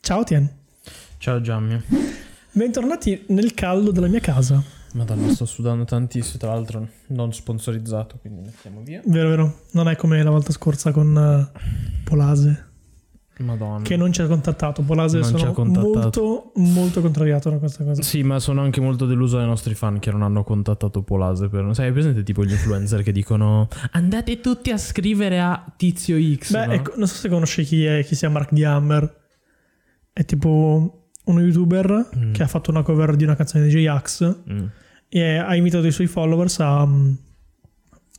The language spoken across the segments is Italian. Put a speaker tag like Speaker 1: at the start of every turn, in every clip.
Speaker 1: Ciao Tien,
Speaker 2: Ciao Giammi.
Speaker 1: bentornati nel caldo della mia casa.
Speaker 2: Madonna, sto sudando tantissimo, tra l'altro non sponsorizzato, quindi mettiamo via.
Speaker 1: Vero, vero, non è come la volta scorsa con eh, Polase,
Speaker 2: Madonna.
Speaker 1: che non ci ha contattato. Polase
Speaker 2: Non ci
Speaker 1: sono
Speaker 2: ha contattato.
Speaker 1: molto, molto contrariato da questa cosa.
Speaker 2: Sì, ma sono anche molto deluso dai nostri fan che non hanno contattato Polase per... Sai, hai presente tipo gli influencer che dicono andate tutti a scrivere a tizio X,
Speaker 1: Beh,
Speaker 2: no?
Speaker 1: ecco, non so se conosci chi è, chi sia Mark D. Hammer. È tipo uno youtuber
Speaker 2: Mm.
Speaker 1: che ha fatto una cover di una canzone di J-Ax
Speaker 2: Mm.
Speaker 1: e ha invitato i suoi followers a, mm,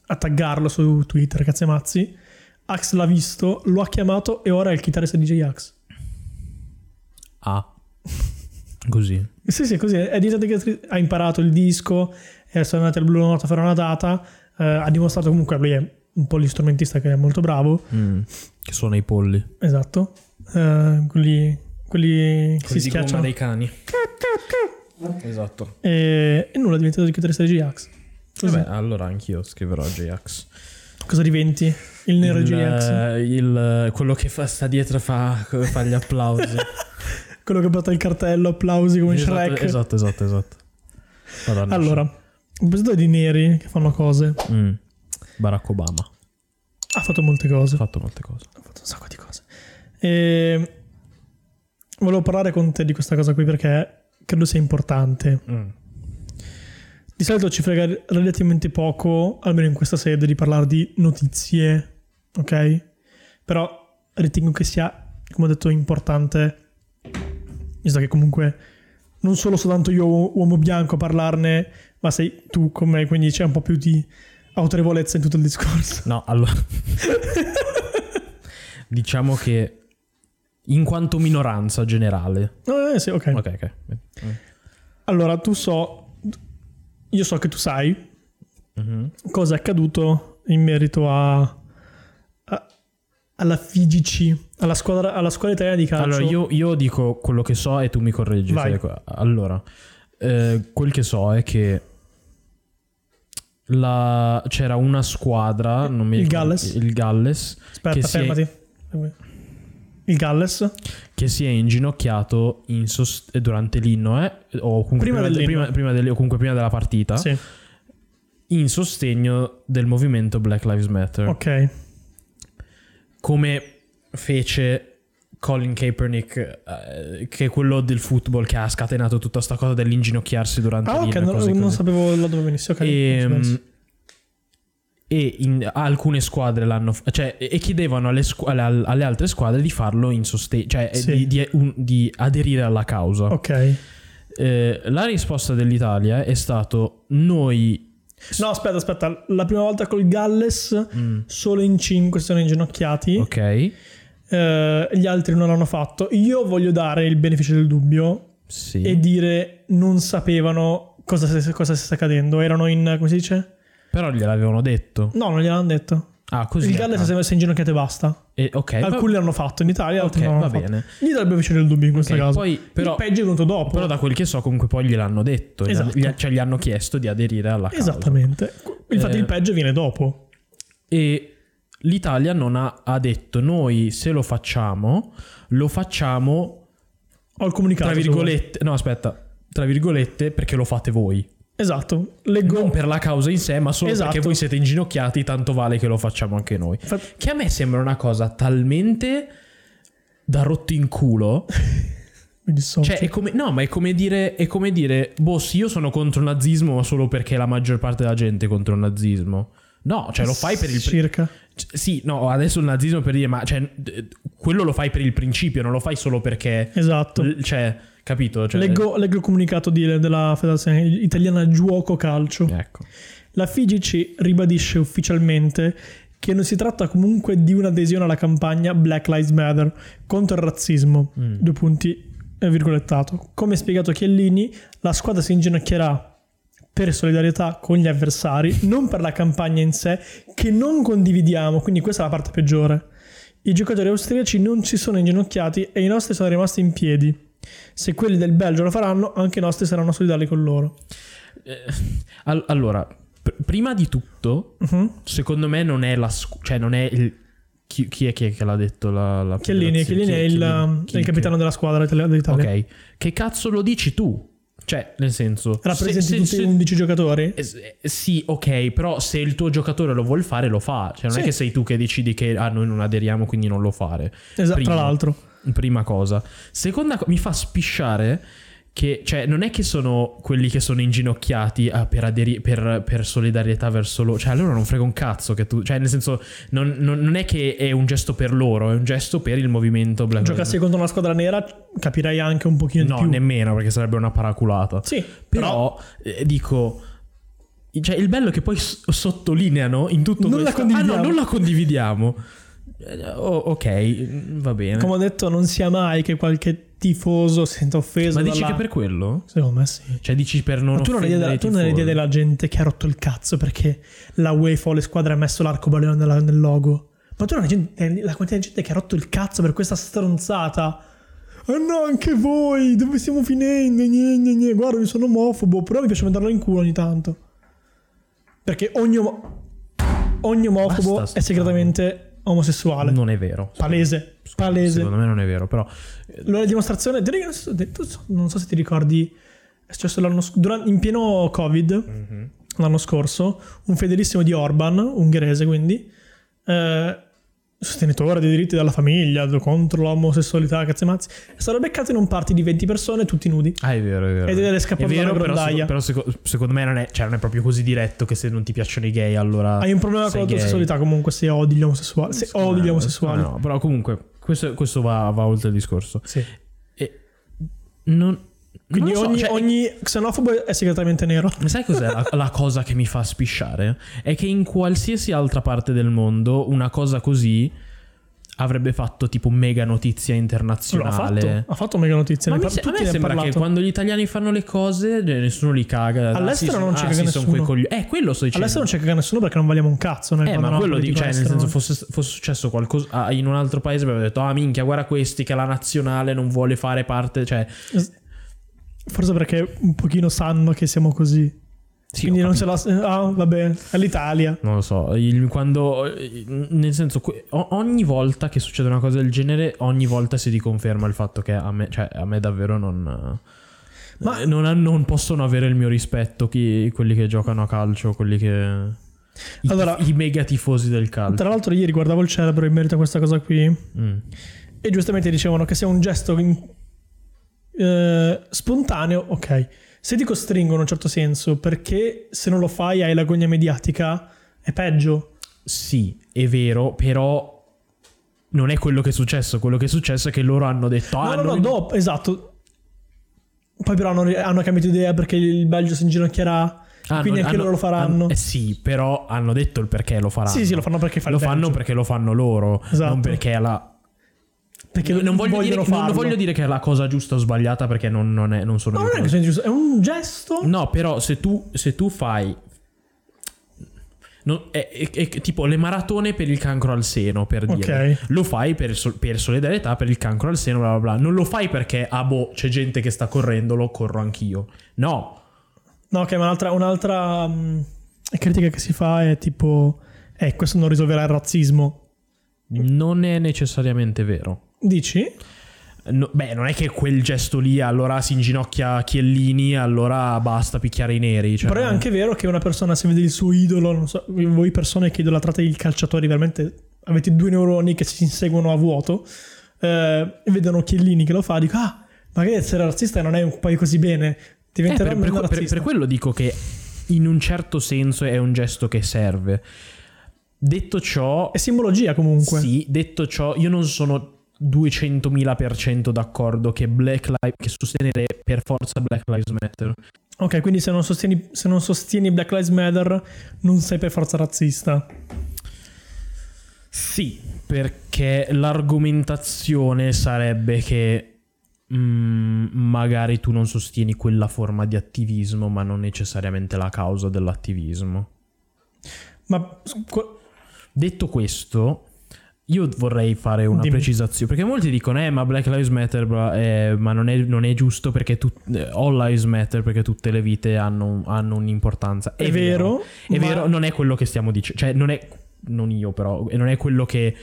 Speaker 1: a taggarlo su Twitter, cazzi e mazzi. Ax l'ha visto, lo ha chiamato e ora è il chitarrista di J-Ax.
Speaker 2: Ah. Così.
Speaker 1: Sì, sì, così è è diventato che ha imparato il disco, eh, sono andati al Blue Note a fare una data, eh, ha dimostrato comunque, lui è un po' l'istrumentista che è molto bravo,
Speaker 2: Mm. Che sono i polli.
Speaker 1: esatto, Eh, quelli, quelli che si
Speaker 2: Quelli di gomma
Speaker 1: schiacciano.
Speaker 2: dei cani. Esatto.
Speaker 1: E, e nulla, è diventato il chitarrista di G-Ax. Così.
Speaker 2: Vabbè, allora anch'io scriverò J-Ax.
Speaker 1: Cosa diventi? Il nero di G-Ax.
Speaker 2: Il- eh, il- quello che fa, sta dietro fa, fa gli applausi.
Speaker 1: Quello che porta il cartello, applausi come
Speaker 2: esatto,
Speaker 1: Shrek.
Speaker 2: Esatto, esatto, esatto. Madonna,
Speaker 1: Allora, a proposito di neri che fanno cose,
Speaker 2: Shrek. Mm. Barack Obama ha
Speaker 1: ha fatto molte cose.
Speaker 2: fatto molte cose.
Speaker 1: Ho fatto un sacco di cose. E volevo parlare con te di questa cosa qui perché credo sia importante. Di solito ci frega relativamente poco, almeno in questa sede, di parlare di notizie, ok? Però ritengo che sia, come ho detto, importante, visto che comunque non solo soltanto io, uomo bianco, a parlarne, ma sei tu con me, quindi c'è un po' più di autorevolezza in tutto il discorso.
Speaker 2: No, allora. diciamo che in quanto minoranza generale.
Speaker 1: Eh sì, ok.
Speaker 2: Ok, ok.
Speaker 1: Allora, tu so, io so che tu sai Mm-hmm.
Speaker 2: Mhm.
Speaker 1: cosa è accaduto in merito a, a- alla FIGC, alla squadra, alla squadra italiana di calcio.
Speaker 2: Allora, io, io dico quello che so e tu mi correggi.
Speaker 1: Vai.
Speaker 2: Federico. Allora, eh, quel che so è che la- c'era una squadra, non mi
Speaker 1: Il
Speaker 2: ricordo-
Speaker 1: Galles?
Speaker 2: il Galles,
Speaker 1: Aspetta,
Speaker 2: che si è-
Speaker 1: fermati. Il Galles,
Speaker 2: che si è inginocchiato in sost- durante l'inno, eh, o comunque
Speaker 1: Prima
Speaker 2: prima, de-
Speaker 1: dell'inno.
Speaker 2: prima- prima del- o comunque prima della partita,
Speaker 1: sì,
Speaker 2: in sostegno del movimento Black Lives Matter.
Speaker 1: ok.
Speaker 2: Come fece Colin Kaepernick, eh, che è quello del football che ha scatenato tutta sta cosa dell'inginocchiarsi durante
Speaker 1: Ah, ok,
Speaker 2: l'inno. e
Speaker 1: non,
Speaker 2: cose
Speaker 1: non
Speaker 2: così.
Speaker 1: sapevo la dove venisse. Ok,
Speaker 2: E,
Speaker 1: non ci
Speaker 2: mm, e in- alcune squadre l'hanno f- cioè, e e chiedevano alle, squ- alle- alle altre squadre di farlo in sostegno, cioè eh,
Speaker 1: Sì.
Speaker 2: di, di- un- di aderire alla causa.
Speaker 1: penso. ok.
Speaker 2: Eh, la risposta dell'Italia è stato noi
Speaker 1: No, aspetta, aspetta. La prima volta col Galles,
Speaker 2: Mm.
Speaker 1: solo in 5 si sono inginocchiati.
Speaker 2: ok
Speaker 1: Eh, gli altri non l'hanno fatto. Io voglio dare il beneficio del dubbio
Speaker 2: sì
Speaker 1: e dire non sapevano cosa, stesse- cosa stesse accadendo. Erano in. come si dice?
Speaker 2: però gliel'avevano detto
Speaker 1: No, non gliel'hanno detto.
Speaker 2: ah così
Speaker 1: il Galles
Speaker 2: ah.
Speaker 1: si è messo in ginocchiate e basta.
Speaker 2: Eh, ok va-
Speaker 1: Alcuni l'hanno fatto in Italia, altri
Speaker 2: Ok,
Speaker 1: non
Speaker 2: va
Speaker 1: l'hanno fatto.
Speaker 2: bene.
Speaker 1: Gli dal beneficio del dubbio in questo
Speaker 2: ok,
Speaker 1: caso.
Speaker 2: poi però,
Speaker 1: il peggio è venuto dopo.
Speaker 2: però da quel che so comunque poi gliel'hanno detto gli-
Speaker 1: Esatto.
Speaker 2: gli- cioè gli hanno chiesto di aderire alla causa
Speaker 1: Esattamente. Infatti,
Speaker 2: Eh.
Speaker 1: il peggio viene dopo.
Speaker 2: e l'Italia non ha, ha detto noi se lo facciamo lo facciamo
Speaker 1: Ho il comunicato.
Speaker 2: tra
Speaker 1: se vuoi.
Speaker 2: virgolette no aspetta tra virgolette perché lo fate voi
Speaker 1: Esatto. Leggo.
Speaker 2: non per la causa in sé ma solo
Speaker 1: Esatto.
Speaker 2: perché voi siete inginocchiati tanto vale che lo facciamo anche noi
Speaker 1: Infatti-
Speaker 2: Che a me sembra una cosa talmente da rotto in culo.
Speaker 1: mi dissocio.
Speaker 2: Cioè, è come, no, ma è come dire, è come dire, boh, sì, io sono contro il nazismo, ma solo perché la maggior parte della gente è contro il nazismo. No, cioè, lo fai per il. pri-
Speaker 1: Circa.
Speaker 2: c- sì, no, adesso il nazismo per dire, ma cioè, d- quello lo fai per il principio, non lo fai solo perché.
Speaker 1: Esatto.
Speaker 2: l- Cioè, capito? Cioè,
Speaker 1: Leggo, leggo il comunicato di- della Federazione Italiana Giuoco Calcio.
Speaker 2: Ecco.
Speaker 1: La FIGC ribadisce ufficialmente che non si tratta comunque di un'adesione alla campagna Black Lives Matter contro il razzismo. Due punti, eh, virgolettato. Come spiegato Chiellini, la squadra si inginocchierà per solidarietà con gli avversari, non per la campagna in sé, che non condividiamo, quindi questa è la parte peggiore. I giocatori austriaci non si sono inginocchiati e i nostri sono rimasti in piedi. Se quelli del Belgio lo faranno, anche i nostri saranno solidali con loro.
Speaker 2: Eh, Al- allora, pr- prima di tutto,
Speaker 1: Mhm.
Speaker 2: secondo me non è la scu- cioè non è il- Chi, chi è, chi è che l'ha detto? La, la
Speaker 1: Chiellini,
Speaker 2: federazione?
Speaker 1: Chiellini è
Speaker 2: Chi-
Speaker 1: il,
Speaker 2: chi-
Speaker 1: è il
Speaker 2: chi-
Speaker 1: capitano della squadra itali- dell'Italia.
Speaker 2: Ok. Che cazzo lo dici tu? Cioè, nel senso...
Speaker 1: Rappresenti
Speaker 2: se- se-
Speaker 1: tutti
Speaker 2: se-
Speaker 1: 11 giocatori?
Speaker 2: eh, s- eh, Sì, ok, però se il tuo giocatore lo vuol fare, lo fa. Cioè, non è
Speaker 1: Sì.
Speaker 2: che sei tu che decidi che ah, noi non aderiamo, quindi non lo fare.
Speaker 1: Esatto,
Speaker 2: primo.
Speaker 1: tra l'altro.
Speaker 2: Prima cosa. Seconda cosa, mi fa spisciare che, cioè, non è che sono quelli che sono inginocchiati ah, per, aderi- per, per solidarietà verso loro. Cioè, a loro non frega un cazzo che tu... Cioè, nel senso, non, non- non è che è un gesto per loro, è un gesto per il movimento Black
Speaker 1: Giocassi contro una squadra nera capirei anche un pochino
Speaker 2: No,
Speaker 1: di più.
Speaker 2: nemmeno, perché sarebbe una paraculata.
Speaker 1: sì, però,
Speaker 2: Però, eh, dico... Cioè, il bello è che poi s- sottolineano in tutto
Speaker 1: Non la
Speaker 2: questo... Ah
Speaker 1: condividiamo.
Speaker 2: no, non la condividiamo. Eh, oh, ok, mm, va bene.
Speaker 1: come ho detto, non sia mai che qualche tifoso senta offeso.
Speaker 2: Ma dici
Speaker 1: dalla-
Speaker 2: che per quello?
Speaker 1: Secondo me sì.
Speaker 2: Cioè, dici per non
Speaker 1: Ma tu non, hai idea, della,
Speaker 2: offendere i
Speaker 1: tu non hai idea
Speaker 2: tifosi.
Speaker 1: della gente che ha rotto il cazzo perché la UEFA o le squadre ha messo l'arcobaleno nella- nel logo. Ma tu non hai gente, la quantità di gente che ha rotto il cazzo per questa stronzata. Ah no, anche voi, dove stiamo finendo? Gne, gne, gne. Guarda, io sono omofobo, però mi piace mandarlo in culo ogni tanto. Perché ogni, omo- ogni omofobo
Speaker 2: Basta,
Speaker 1: è segretamente omosessuale.
Speaker 2: Non è vero.
Speaker 1: Palese, palese.
Speaker 2: Secondo me non è vero, però
Speaker 1: Allora, la dimostrazione, ti ricordi- tu so- non so se ti ricordi, è successo l'anno sc- durante- in pieno Covid,
Speaker 2: Mhm.
Speaker 1: l'anno scorso, un fedelissimo di Orban, ungherese quindi, eh, sostenitore dei diritti della famiglia, contro l'omosessualità, cazzo e mazzi, è stato beccato in un party di 20 persone tutti nudi.
Speaker 2: Ah, è vero, è vero.
Speaker 1: Ed era scappato
Speaker 2: È vero,
Speaker 1: dalla
Speaker 2: però,
Speaker 1: grondaia.
Speaker 2: seco- però seco- secondo me non è, cioè, non è proprio così diretto che se non ti piacciono i gay allora...
Speaker 1: Hai un problema con
Speaker 2: Ah, sei
Speaker 1: la tua
Speaker 2: gay.
Speaker 1: sessualità comunque se odi gli omosessuali. Se
Speaker 2: Secondo
Speaker 1: odi
Speaker 2: me-
Speaker 1: gli omosessuali.
Speaker 2: Eh, No, no, però comunque questo, questo va, va oltre il discorso.
Speaker 1: Sì.
Speaker 2: E non...
Speaker 1: Quindi
Speaker 2: non lo so,
Speaker 1: ogni,
Speaker 2: cioè,
Speaker 1: ogni xenofobo è segretamente nero.
Speaker 2: Sai cos'è la, la cosa che mi fa spisciare? È che in qualsiasi altra parte del mondo una cosa così avrebbe fatto tipo mega notizia
Speaker 1: Lo ha
Speaker 2: internazionale.
Speaker 1: fatto. Ha fatto mega notizia.
Speaker 2: Ma
Speaker 1: ne
Speaker 2: mi
Speaker 1: par-
Speaker 2: se- a
Speaker 1: tutti
Speaker 2: me
Speaker 1: ne hanno
Speaker 2: sembra che
Speaker 1: parlato.
Speaker 2: quando gli italiani fanno le cose eh, nessuno li caga. Ah,
Speaker 1: All'estero
Speaker 2: sì,
Speaker 1: non ci
Speaker 2: ah,
Speaker 1: caga
Speaker 2: sì,
Speaker 1: nessuno.
Speaker 2: Sono quei cogli- eh, quello sto dicendo.
Speaker 1: All'estero non c'è che nessuno perché non valiamo un cazzo. Nel
Speaker 2: eh, ma
Speaker 1: panorama
Speaker 2: quello di,
Speaker 1: politico
Speaker 2: cioè, nel
Speaker 1: estero,
Speaker 2: senso,
Speaker 1: no?
Speaker 2: fosse, fosse successo qualcosa ah, in un altro paese, avrebbe detto: Ah, minchia, guarda questi che la nazionale non vuole fare parte. Cioè,
Speaker 1: Forse perché un pochino sanno che siamo così.
Speaker 2: sì,
Speaker 1: Quindi
Speaker 2: ho
Speaker 1: non
Speaker 2: capito.
Speaker 1: ce la. Ah, vabbè, è l'Italia.
Speaker 2: Non lo so, il- quando. eh, Nel senso, que- o- ogni volta che succede una cosa del genere, ogni volta si riconferma il fatto che a me, cioè, a me davvero non.
Speaker 1: Ma-
Speaker 2: eh, non, ha- non possono avere il mio rispetto chi- quelli che giocano a calcio, quelli che. I,
Speaker 1: Allora-
Speaker 2: i mega tifosi del calcio.
Speaker 1: Tra l'altro, ieri guardavo il cerebro in merito a questa cosa qui.
Speaker 2: Mm.
Speaker 1: E giustamente dicevano che sia un gesto in- eh, spontaneo, ok. Se ti costringono in un certo senso, perché se non lo fai hai l'agonia mediatica, è peggio.
Speaker 2: Sì, è vero, però. Non è quello che è successo. Quello che è successo è che loro hanno detto.
Speaker 1: No,
Speaker 2: ah,
Speaker 1: no, no,
Speaker 2: noi-
Speaker 1: dopo, esatto. Poi però hanno, hanno cambiato idea perché il Belgio si inginocchierà.
Speaker 2: ah,
Speaker 1: quindi
Speaker 2: non-
Speaker 1: anche
Speaker 2: hanno-
Speaker 1: loro lo faranno.
Speaker 2: eh sì, però hanno detto il perché lo faranno.
Speaker 1: Sì, sì, lo fanno perché fa il
Speaker 2: lo fanno
Speaker 1: Belgio.
Speaker 2: perché lo fanno loro,
Speaker 1: Esatto.
Speaker 2: non perché è la...
Speaker 1: Perché
Speaker 2: non, voglio dire,
Speaker 1: vogliono
Speaker 2: non
Speaker 1: farlo.
Speaker 2: voglio dire che è la cosa giusta o sbagliata perché non, non è- non sono...
Speaker 1: No,
Speaker 2: io
Speaker 1: non è
Speaker 2: quello-
Speaker 1: che sono giusto, è un gesto.
Speaker 2: No, però se tu, se tu fai... non- è, è- è tipo le maratone per il cancro al seno, per dire.
Speaker 1: Ok.
Speaker 2: Lo fai per, sol- per solidarietà, per il cancro al seno, bla bla bla. Non lo fai perché, ah boh, c'è gente che sta correndo, lo corro anch'io. No,
Speaker 1: No, ok, ma un'altra, un'altra mh, critica che si fa è tipo, eh, questo non risolverà il razzismo.
Speaker 2: non è necessariamente vero.
Speaker 1: Dici?
Speaker 2: No- beh, non è che quel gesto lì allora si inginocchia Chiellini, allora basta picchiare i neri. Cioè,
Speaker 1: Però è anche vero che una persona se vede il suo idolo, non so, voi persone che idolatrate i calciatori, veramente avete due neuroni che si inseguono a vuoto, eh, e vedono Chiellini che lo fa, dico, ah, magari essere razzista non è un poi così bene,
Speaker 2: Eh,
Speaker 1: diventerà
Speaker 2: per, per-
Speaker 1: meno
Speaker 2: per-
Speaker 1: razzista.
Speaker 2: per quello dico che in un certo senso è un gesto che serve. Detto ciò,
Speaker 1: È simbologia comunque.
Speaker 2: sì, detto ciò, io non sono 200.000% d'accordo che Black Lives che sostenere per forza Black Lives Matter.
Speaker 1: Ok, quindi se non, sostieni, se non sostieni Black Lives Matter non sei per forza razzista.
Speaker 2: Sì, perché l'argomentazione sarebbe che mm, magari tu non sostieni quella forma di attivismo, ma non necessariamente la causa dell'attivismo.
Speaker 1: Ma s- qu-
Speaker 2: Detto questo, io vorrei fare una
Speaker 1: Dimmi.
Speaker 2: precisazione, perché molti dicono, eh, ma Black Lives Matter, bla, eh, ma non è, non è giusto perché tut- eh, All Lives Matter, perché tutte le vite hanno, hanno un'importanza.
Speaker 1: è, vero,
Speaker 2: È
Speaker 1: ma-
Speaker 2: vero, non è quello che stiamo dicendo, cioè non è, non io però, e non è quello che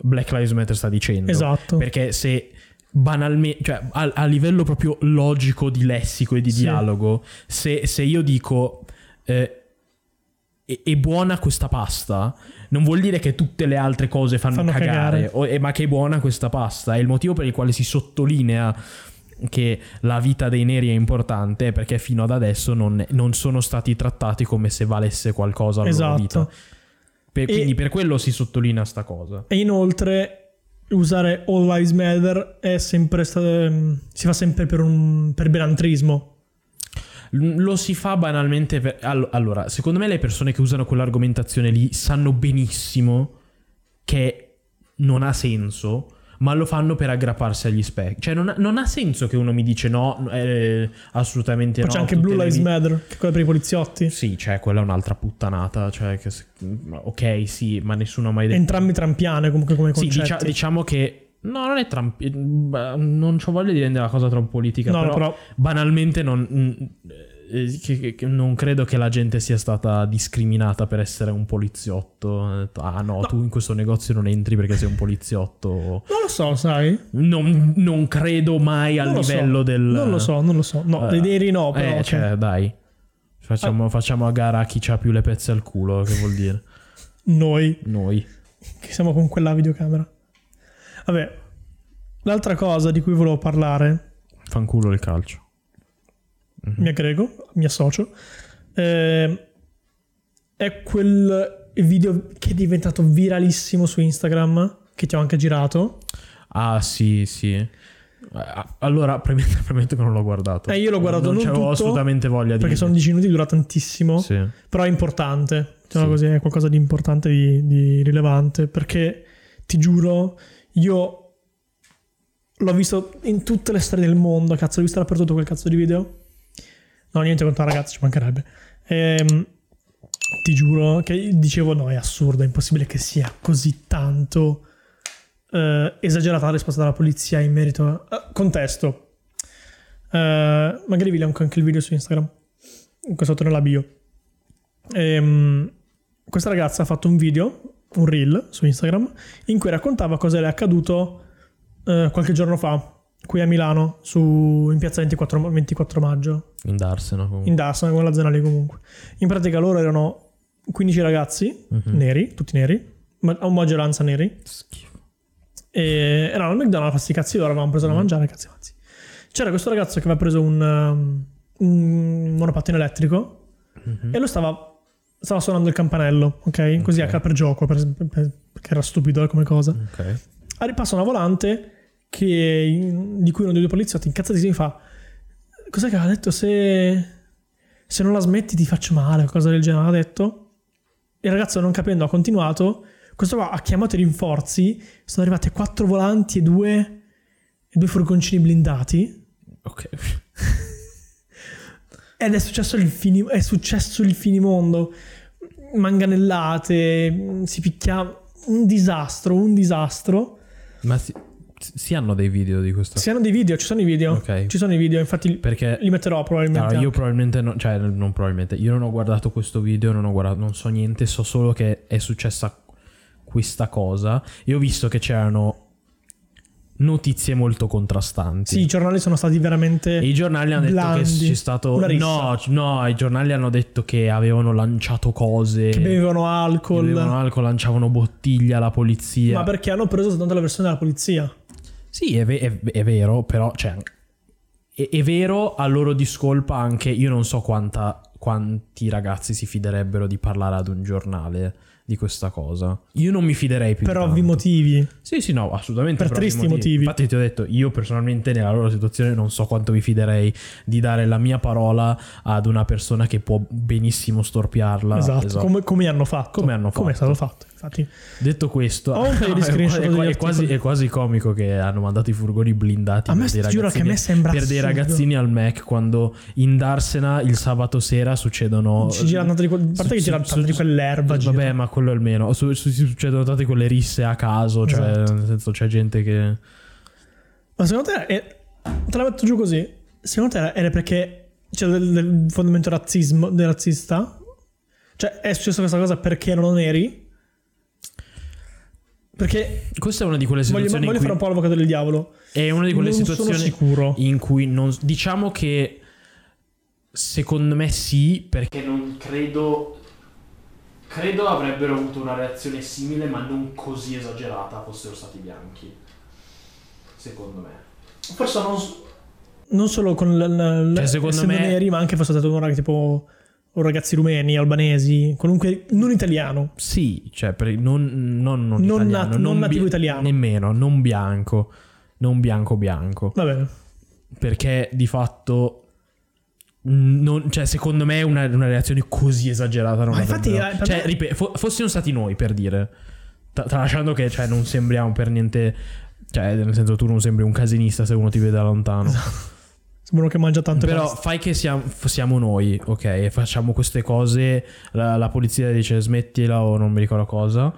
Speaker 2: Black Lives Matter sta dicendo.
Speaker 1: Esatto.
Speaker 2: Perché se banalmente, cioè a, a livello proprio logico di lessico e di
Speaker 1: Sì.
Speaker 2: dialogo, se, se io dico eh, è, è buona questa pasta, non vuol dire che tutte le altre cose fanno,
Speaker 1: Fanno
Speaker 2: cagare,
Speaker 1: cagare.
Speaker 2: o- eh, ma che è buona questa pasta. È il motivo per il quale si sottolinea che la vita dei neri è importante perché fino ad adesso non, non sono stati trattati come se valesse qualcosa la loro
Speaker 1: Esatto.
Speaker 2: vita. Per-
Speaker 1: E-
Speaker 2: quindi per quello si sottolinea sta cosa.
Speaker 1: E inoltre usare All Lives Matter è sempre sta- ehm, si fa sempre per, un, per benantrismo.
Speaker 2: L- Lo si fa banalmente per... all- allora, secondo me le persone che usano quell'argomentazione lì sanno benissimo che non ha senso, ma lo fanno per aggrapparsi agli specchi. Cioè non ha, non ha senso che uno mi dice no, eh, assolutamente
Speaker 1: Poi
Speaker 2: no.
Speaker 1: c'è anche
Speaker 2: tutte
Speaker 1: Blue
Speaker 2: le
Speaker 1: Lives
Speaker 2: vi-
Speaker 1: Matter, che è quella per i poliziotti.
Speaker 2: Sì, cioè quella è un'altra puttanata, cioè che se- ok, sì, ma nessuno ha mai detto...
Speaker 1: Entrambi trampiane comunque come
Speaker 2: Sì,
Speaker 1: concetti.
Speaker 2: dicia- diciamo che... No, non è Trump... eh, beh, Non ho voglia di rendere la cosa troppo politica,
Speaker 1: no, no,
Speaker 2: però
Speaker 1: però
Speaker 2: banalmente non, mm, eh, che- che- che non credo che la gente sia stata discriminata per essere un poliziotto. Ha detto, Ah no, tu in questo negozio non entri perché sei un poliziotto.
Speaker 1: non lo so, sai?
Speaker 2: Non, non credo mai al
Speaker 1: Non lo so.
Speaker 2: livello del...
Speaker 1: Non lo so, non lo so. No,
Speaker 2: Eh,
Speaker 1: dei neri no,
Speaker 2: eh,
Speaker 1: però cioè, Ah.
Speaker 2: cioè, dai. Facciamo, facciamo a gara a chi ha più le pezze al culo, che vuol dire?
Speaker 1: noi
Speaker 2: Noi.
Speaker 1: che siamo con quella videocamera. Vabbè. L'altra cosa di cui volevo parlare,
Speaker 2: Fanculo il calcio.
Speaker 1: mi aggrego, mi associo, ehm, è quel video che è diventato viralissimo su Instagram, che ti ho anche girato.
Speaker 2: Ah, sì, sì. Eh, Allora, premetto, premetto che non l'ho guardato.
Speaker 1: Eh, io l'ho guardato non
Speaker 2: Non c'avevo
Speaker 1: tutto,
Speaker 2: assolutamente voglia di...
Speaker 1: Perché sono 10 minuti, dura tantissimo.
Speaker 2: Sì.
Speaker 1: Però è importante, diciamo
Speaker 2: Sì.
Speaker 1: così, è qualcosa di importante, di, di rilevante, perché ti giuro, io l'ho visto in tutte le strade del mondo, cazzo, l'ho visto dappertutto quel cazzo di video. No, niente contro la ragazza, ci mancherebbe. Ehm, ti giuro che dicevo, no, è assurdo, è impossibile che sia così tanto eh, esagerata la risposta della polizia in merito a... ah, contesto. Eh, magari vi linko anche il video su Instagram, qua sotto nella bio. Ehm, questa ragazza ha fatto un video, un reel su Instagram, in cui raccontava cosa le è accaduto eh, qualche giorno fa, qui a Milano, su- in piazza 24, ma- 24 maggio,
Speaker 2: In Darsena comunque.
Speaker 1: in Darsena, con la zona lì comunque. In pratica loro erano 15 ragazzi,
Speaker 2: Mhm.
Speaker 1: neri, tutti neri, ma a maggioranza neri,
Speaker 2: Schifo.
Speaker 1: e eravamo al McDonald's a farsi i cazzi loro, avevamo preso da mangiare, cazzi mazzi. C'era questo ragazzo che aveva preso un, um, un monopattino elettrico e lo stava, stava suonando il campanello, ok? Così
Speaker 2: Ok.
Speaker 1: a per gioco, per- per- perché era stupido eh, come cosa.
Speaker 2: Ok.
Speaker 1: Arriva- Passa una volante che, di cui uno dei due poliziotti incazzatissimi fa cos'è che aveva detto se, se non la smetti ti faccio male o cosa del genere aveva detto il ragazzo non capendo ha continuato questo qua ha chiamato i rinforzi sono arrivate quattro volanti e due e due furgoncini blindati
Speaker 2: Ok.
Speaker 1: ed è successo il, fini- è successo il finimondo manganellate si picchiava un disastro un disastro
Speaker 2: Ma si, si hanno dei video di questo?
Speaker 1: Ci sono dei video, ci sono i video.
Speaker 2: Ok.
Speaker 1: Ci sono i video, infatti li-
Speaker 2: Perché
Speaker 1: li metterò probabilmente.
Speaker 2: allora, io
Speaker 1: anche.
Speaker 2: probabilmente no- cioè non probabilmente, io non ho guardato questo video, non ho guardato, non so niente, so solo che è successa questa cosa e ho visto che c'erano notizie molto contrastanti.
Speaker 1: Sì, i giornali sono stati
Speaker 2: E
Speaker 1: veramente...
Speaker 2: I giornali hanno detto
Speaker 1: Blandi.
Speaker 2: che c'è stato
Speaker 1: Una rissa.
Speaker 2: no, c- no, i giornali hanno detto che avevano lanciato cose,
Speaker 1: che bevevano
Speaker 2: che
Speaker 1: alcol.
Speaker 2: bevevano alcol, lanciavano bottiglie alla polizia.
Speaker 1: Ma perché hanno preso soltanto la versione della polizia?
Speaker 2: Sì, è, ve- è- è vero, però cioè, è, è vero a loro discolpa anche, io non so quanta- quanti ragazzi si fiderebbero di parlare ad un giornale di questa cosa. Io non mi fiderei più. di
Speaker 1: per ovvi
Speaker 2: tanto.
Speaker 1: motivi.
Speaker 2: Sì, sì, no, assolutamente.
Speaker 1: Per
Speaker 2: per ovvi
Speaker 1: tristi motivi.
Speaker 2: Infatti ti ho detto, io personalmente nella loro situazione non so quanto mi fiderei di dare la mia parola ad una persona che può benissimo storpiarla.
Speaker 1: esatto. Come, come hanno fatto.
Speaker 2: Come hanno
Speaker 1: Come è
Speaker 2: fatto.
Speaker 1: stato fatto. Infatti,
Speaker 2: Detto questo,
Speaker 1: Ho un paio di
Speaker 2: è,
Speaker 1: screenshot
Speaker 2: qua- è
Speaker 1: degli
Speaker 2: quasi,
Speaker 1: articoli.
Speaker 2: è quasi comico che hanno mandato i furgoni blindati
Speaker 1: a me
Speaker 2: per dei
Speaker 1: ti giuro che a me
Speaker 2: ragazzini-
Speaker 1: sembra...
Speaker 2: per dei
Speaker 1: assurdo.
Speaker 2: ragazzini al Mac quando in Darsena il sabato sera succedono
Speaker 1: Ci girano tanto di quel- A parte
Speaker 2: Su-
Speaker 1: che
Speaker 2: su-
Speaker 1: girano tanto di
Speaker 2: su-
Speaker 1: quell'erba.
Speaker 2: vabbè
Speaker 1: girano.
Speaker 2: ma quello almeno su, su- si succedono tante quelle risse a caso cioè
Speaker 1: Esatto.
Speaker 2: nel senso c'è gente che
Speaker 1: Ma secondo te... È... Te la metto giù così. Secondo te era perché c'è del, del fondamento razzismo, del razzista? Cioè, è successa questa cosa perché erano neri? Perché
Speaker 2: Questa è una di quelle
Speaker 1: voglio,
Speaker 2: situazioni
Speaker 1: voglio
Speaker 2: in
Speaker 1: fare un
Speaker 2: cui
Speaker 1: po' l'avvocato del diavolo.
Speaker 2: è una di quelle
Speaker 1: non sono
Speaker 2: situazioni
Speaker 1: sicuro.
Speaker 2: in cui non diciamo che secondo me sì, perché non credo credo avrebbero avuto una reazione simile, ma non così esagerata fossero stati bianchi. Secondo me.
Speaker 1: Forse non, non solo con l- l-
Speaker 2: Cioè, secondo
Speaker 1: essendo
Speaker 2: me-
Speaker 1: neri, ma anche fosse stato un rag- tipo o ragazzi rumeni, albanesi, qualunque non italiano.
Speaker 2: Sì, cioè per- non, non, non,
Speaker 1: Non
Speaker 2: italiano,
Speaker 1: nat- non nativo
Speaker 2: bi-
Speaker 1: italiano.
Speaker 2: Nemmeno, non bianco. Non bianco bianco.
Speaker 1: Va bene.
Speaker 2: Perché di fatto... non- cioè, secondo me una, una reazione così esagerata non
Speaker 1: Ma infatti,
Speaker 2: avrebbero-
Speaker 1: eh, per
Speaker 2: cioè,
Speaker 1: me-
Speaker 2: ripeto, fo- fossimo stati noi per dire, tra- tralasciando che cioè, non sembriamo per niente, cioè, nel senso, tu non sembri un casinista se uno ti vede da lontano.
Speaker 1: Sembra uno che mangia tanto. e
Speaker 2: Però
Speaker 1: basta.
Speaker 2: fai che siamo, f- siamo noi, ok? E facciamo queste cose. La, la polizia dice smettila o non mi ricordo cosa.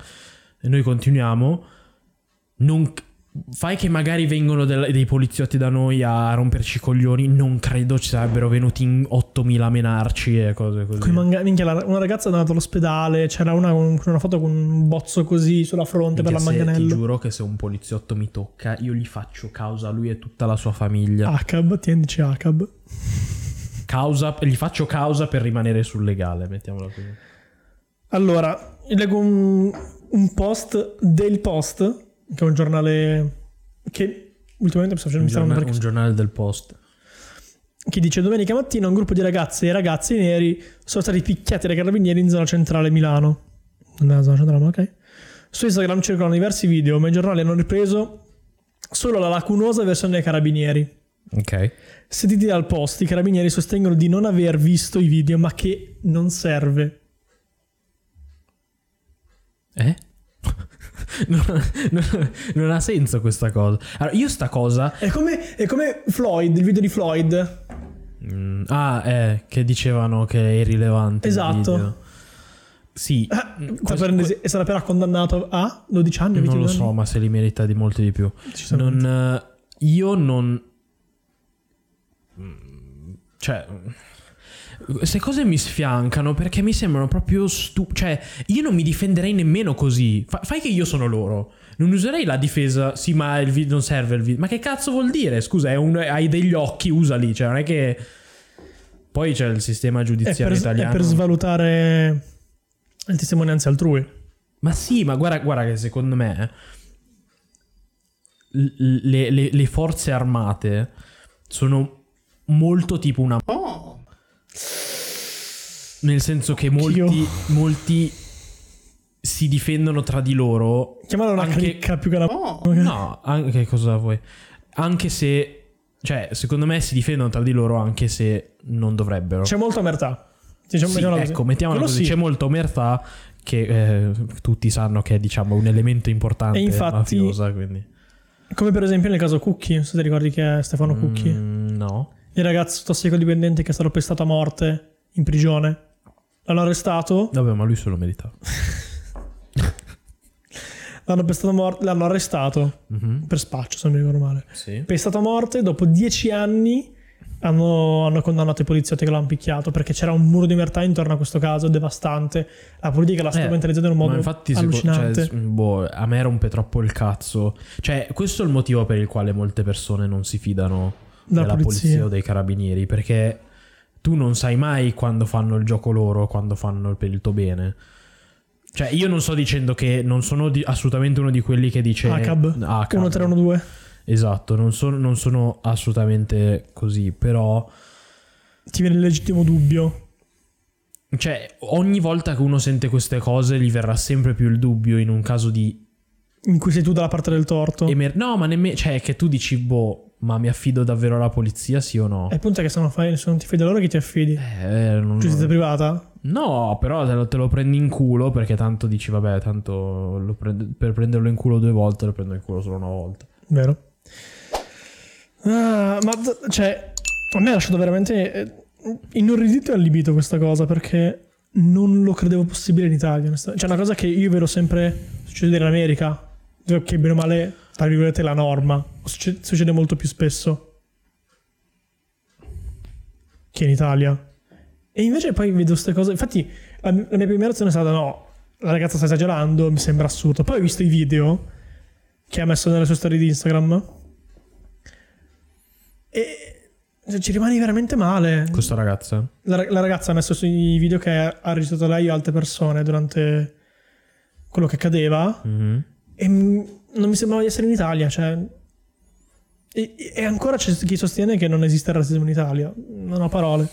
Speaker 2: E noi continuiamo. Non c- fai che magari vengono del- dei poliziotti da noi a romperci i coglioni. Non credo ci sarebbero venuti in 8000 a menarci e cose così.
Speaker 1: Coi manga- minchia, la- una ragazza è andata all'ospedale, c'era una con con una foto con un bozzo così sulla fronte
Speaker 2: Minchia,
Speaker 1: per la
Speaker 2: se- ti
Speaker 1: manganello.
Speaker 2: giuro che se un poliziotto mi tocca, io gli faccio causa a lui e tutta la sua famiglia.
Speaker 1: Acab, TNC Acab.
Speaker 2: Causa, gli faccio causa per rimanere sul legale, mettiamola così.
Speaker 1: Allora, leggo un, un post del Post, che è un giornale che ultimamente mi sta facendo
Speaker 2: Un
Speaker 1: mi stanno
Speaker 2: giornale-
Speaker 1: perché-
Speaker 2: un giornale del post.
Speaker 1: che dice domenica mattina un gruppo di ragazze e ragazzi neri sono stati picchiati dai carabinieri in zona centrale Milano. Non è la zona centrale, ma ok. Su Instagram circolano diversi video, ma i giornali hanno ripreso solo la lacunosa versione dei carabinieri.
Speaker 2: Ok.
Speaker 1: Sentiti dal post, i carabinieri sostengono di non aver visto i video, ma che non serve.
Speaker 2: Eh? non, non- non ha senso questa cosa. Allora, io sta cosa...
Speaker 1: È come, è come Floyd, il video di Floyd. Eh,
Speaker 2: Mm, ah, eh, che dicevano che è irrilevante. il
Speaker 1: Esatto.
Speaker 2: video. Sì.
Speaker 1: Ah,
Speaker 2: mm,
Speaker 1: tra
Speaker 2: questo-
Speaker 1: parentesi, e sarà appena condannato a 12 anni?
Speaker 2: non
Speaker 1: 22
Speaker 2: lo
Speaker 1: anni?
Speaker 2: so, ma se li merita di molti di più.
Speaker 1: Decisamente.
Speaker 2: Non, eh, io non... Mm, Cioè... Queste cose mi sfiancano perché mi sembrano proprio stup... Cioè, io non mi difenderei nemmeno così. Fa- fai che io sono loro. Non userei la difesa, sì, ma il video non serve il video. Ma che cazzo vuol dire? Scusa, è un- hai degli occhi, usali. Cioè, non è che... Poi c'è il sistema
Speaker 1: È
Speaker 2: giudiziario
Speaker 1: per, è
Speaker 2: italiano.
Speaker 1: per svalutare le testimonianze altrui.
Speaker 2: Ma sì, ma guarda, guarda che secondo me l- le, le- le forze armate sono molto tipo una... Nel senso che molti,
Speaker 1: Anch'io.
Speaker 2: molti si difendono tra di loro.
Speaker 1: Chiamala una
Speaker 2: Anche-
Speaker 1: cricca più che una...
Speaker 2: Oh. No, anche cosa vuoi. Anche se... Cioè, secondo me si difendono tra di loro anche se non dovrebbero.
Speaker 1: C'è molta omertà. Diciamo,
Speaker 2: Sì,
Speaker 1: mettiamola così.
Speaker 2: ecco, mettiamola
Speaker 1: Quello
Speaker 2: così,
Speaker 1: sì.
Speaker 2: c'è molta omertà che eh, tutti sanno che è diciamo, un elemento importante
Speaker 1: E infatti-
Speaker 2: mafiosa, quindi...
Speaker 1: Come per esempio nel caso Cucchi, non so se ti ricordi che è Stefano Cucchi,
Speaker 2: Cioè- Mm, no.
Speaker 1: il ragazzo tossicodipendente che è stato pestato a morte in prigione. L'hanno arrestato,
Speaker 2: Vabbè, ma lui se lo meritava.
Speaker 1: l'hanno pestato a morte, l'hanno arrestato per spaccio, se non mi ricordo male.
Speaker 2: Mm-hmm. Sì.
Speaker 1: Pestato a morte, dopo dieci anni hanno, hanno condannato i poliziotti che l'hanno picchiato perché c'era un muro di omertà intorno a questo caso devastante. La politica l'ha strumentalizzata in un modo
Speaker 2: Eh, ma infatti, seco-
Speaker 1: allucinante.
Speaker 2: cioè, s- boh, a me rompe troppo il cazzo. Cioè, questo è il motivo per il quale molte persone non si fidano
Speaker 1: La
Speaker 2: della cioè, polizia.
Speaker 1: polizia
Speaker 2: o dei carabinieri. Perché tu non sai mai quando fanno il gioco loro, quando fanno il- per il tuo bene. Cioè, io non sto dicendo che non sono di- assolutamente uno di quelli che dice
Speaker 1: ACAB
Speaker 2: ACAB.
Speaker 1: 1312.
Speaker 2: Esatto, non sono, non sono assolutamente così, però
Speaker 1: Ti viene il legittimo dubbio.
Speaker 2: Cioè, ogni volta che uno sente queste cose gli verrà sempre più il dubbio in un caso di...
Speaker 1: in cui sei tu dalla parte del torto. E
Speaker 2: emer- no, ma nemmeno... Cioè, che tu dici, boh, ma mi affido davvero alla polizia, sì o no?
Speaker 1: il punto è che se non, fai, se non ti fai da loro chi ti affidi?
Speaker 2: Eh, non-
Speaker 1: Giustizia privata?
Speaker 2: No, però te lo, te lo prendi in culo perché tanto dici, vabbè, tanto lo prend- per prenderlo in culo due volte lo prendo in culo solo una volta.
Speaker 1: Vero. Ah, ma d- cioè, a me ha lasciato veramente eh, inorridito e allibito questa cosa perché non lo credevo possibile in Italia. onestamente. Cioè, una cosa che io vedo sempre succedere in America, dove che bene o male, tra virgolette, è la norma. Succe- succede molto più spesso che in Italia. E invece poi vedo queste cose. Infatti, la, la mia prima reazione è stata: no, la ragazza sta esagerando, mi sembra assurdo. Poi ho visto i video che ha messo nelle sue storie di Instagram e cioè, ci rimani veramente male.
Speaker 2: Questa ragazza.
Speaker 1: La, ra- la ragazza ha messo sui video che ha registrato lei o altre persone durante quello che accadeva
Speaker 2: Mhm.
Speaker 1: e mm, non mi sembrava di essere in Italia, cioè... E, e ancora c'è chi sostiene che non esiste il razzismo in Italia. Non ho parole.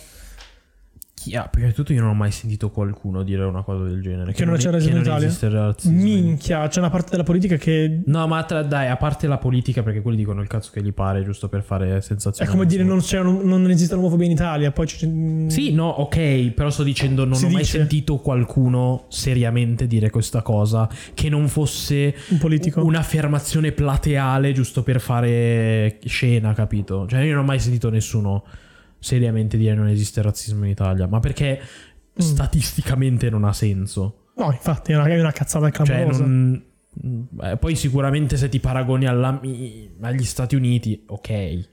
Speaker 2: Chi ha? Prima di tutto io non ho mai sentito qualcuno dire una cosa del genere.
Speaker 1: Che non c'è razzismo in
Speaker 2: che non
Speaker 1: Italia?
Speaker 2: esiste il razzismo.
Speaker 1: Minchia, c'è una parte della politica che
Speaker 2: No, ma tra- dai, a parte la politica, perché quelli dicono il cazzo che gli pare, giusto per fare
Speaker 1: è
Speaker 2: sensazione.
Speaker 1: come dire non, c'è, un- non esiste l'omofobia in Italia, poi c'è...
Speaker 2: Sì, no, ok, però sto dicendo non
Speaker 1: Si
Speaker 2: ho mai
Speaker 1: dice.
Speaker 2: sentito qualcuno seriamente dire questa cosa che non fosse
Speaker 1: un politico.
Speaker 2: un'affermazione plateale giusto per fare scena, capito? Cioè io non ho mai sentito nessuno seriamente dire non esiste razzismo in Italia, ma perché statisticamente non ha senso.
Speaker 1: No, infatti è una, è una cazzata
Speaker 2: Cioè,
Speaker 1: clamorosa.
Speaker 2: non- eh, poi sicuramente se ti paragoni alla- agli Stati Uniti, ok,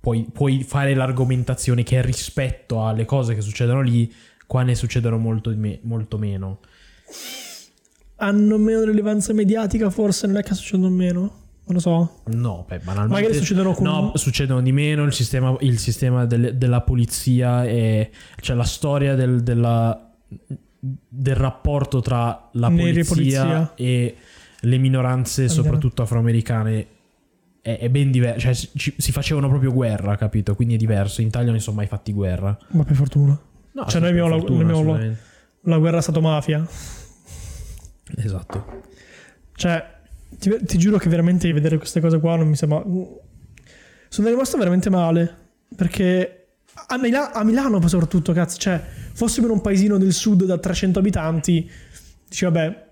Speaker 2: puoi, puoi fare l'argomentazione che rispetto alle cose che succedono lì, qua ne succedono molto, di me- molto meno.
Speaker 1: Hanno meno rilevanza mediatica forse, non è che succedono meno? Non lo so.
Speaker 2: No, beh, banalmente...
Speaker 1: Magari succedono con-
Speaker 2: No, succedono di meno, il sistema, il sistema delle- della polizia e... Cioè, la storia del, della- del rapporto tra la
Speaker 1: Neri e
Speaker 2: polizia,
Speaker 1: polizia.
Speaker 2: e le minoranze,
Speaker 1: Andiamo.
Speaker 2: soprattutto afroamericane, è, è ben diverso. Cioè, si- ci- si facevano proprio guerra, capito? Quindi è diverso. In Italia non si sono mai fatti guerra.
Speaker 1: Ma per fortuna.
Speaker 2: No,
Speaker 1: Cioè, noi
Speaker 2: per
Speaker 1: abbiamo la-
Speaker 2: fortuna,
Speaker 1: noi abbiamo la-
Speaker 2: assolutamente.
Speaker 1: La guerra Stato-mafia.
Speaker 2: Esatto.
Speaker 1: Cioè, ti, ti giuro che veramente vedere queste cose qua non mi sembra... Sono rimasto veramente male. Perché a, Mila- a Milano soprattutto, cazzo. Cioè, fossimo in un paesino del sud da 300 abitanti, dici vabbè...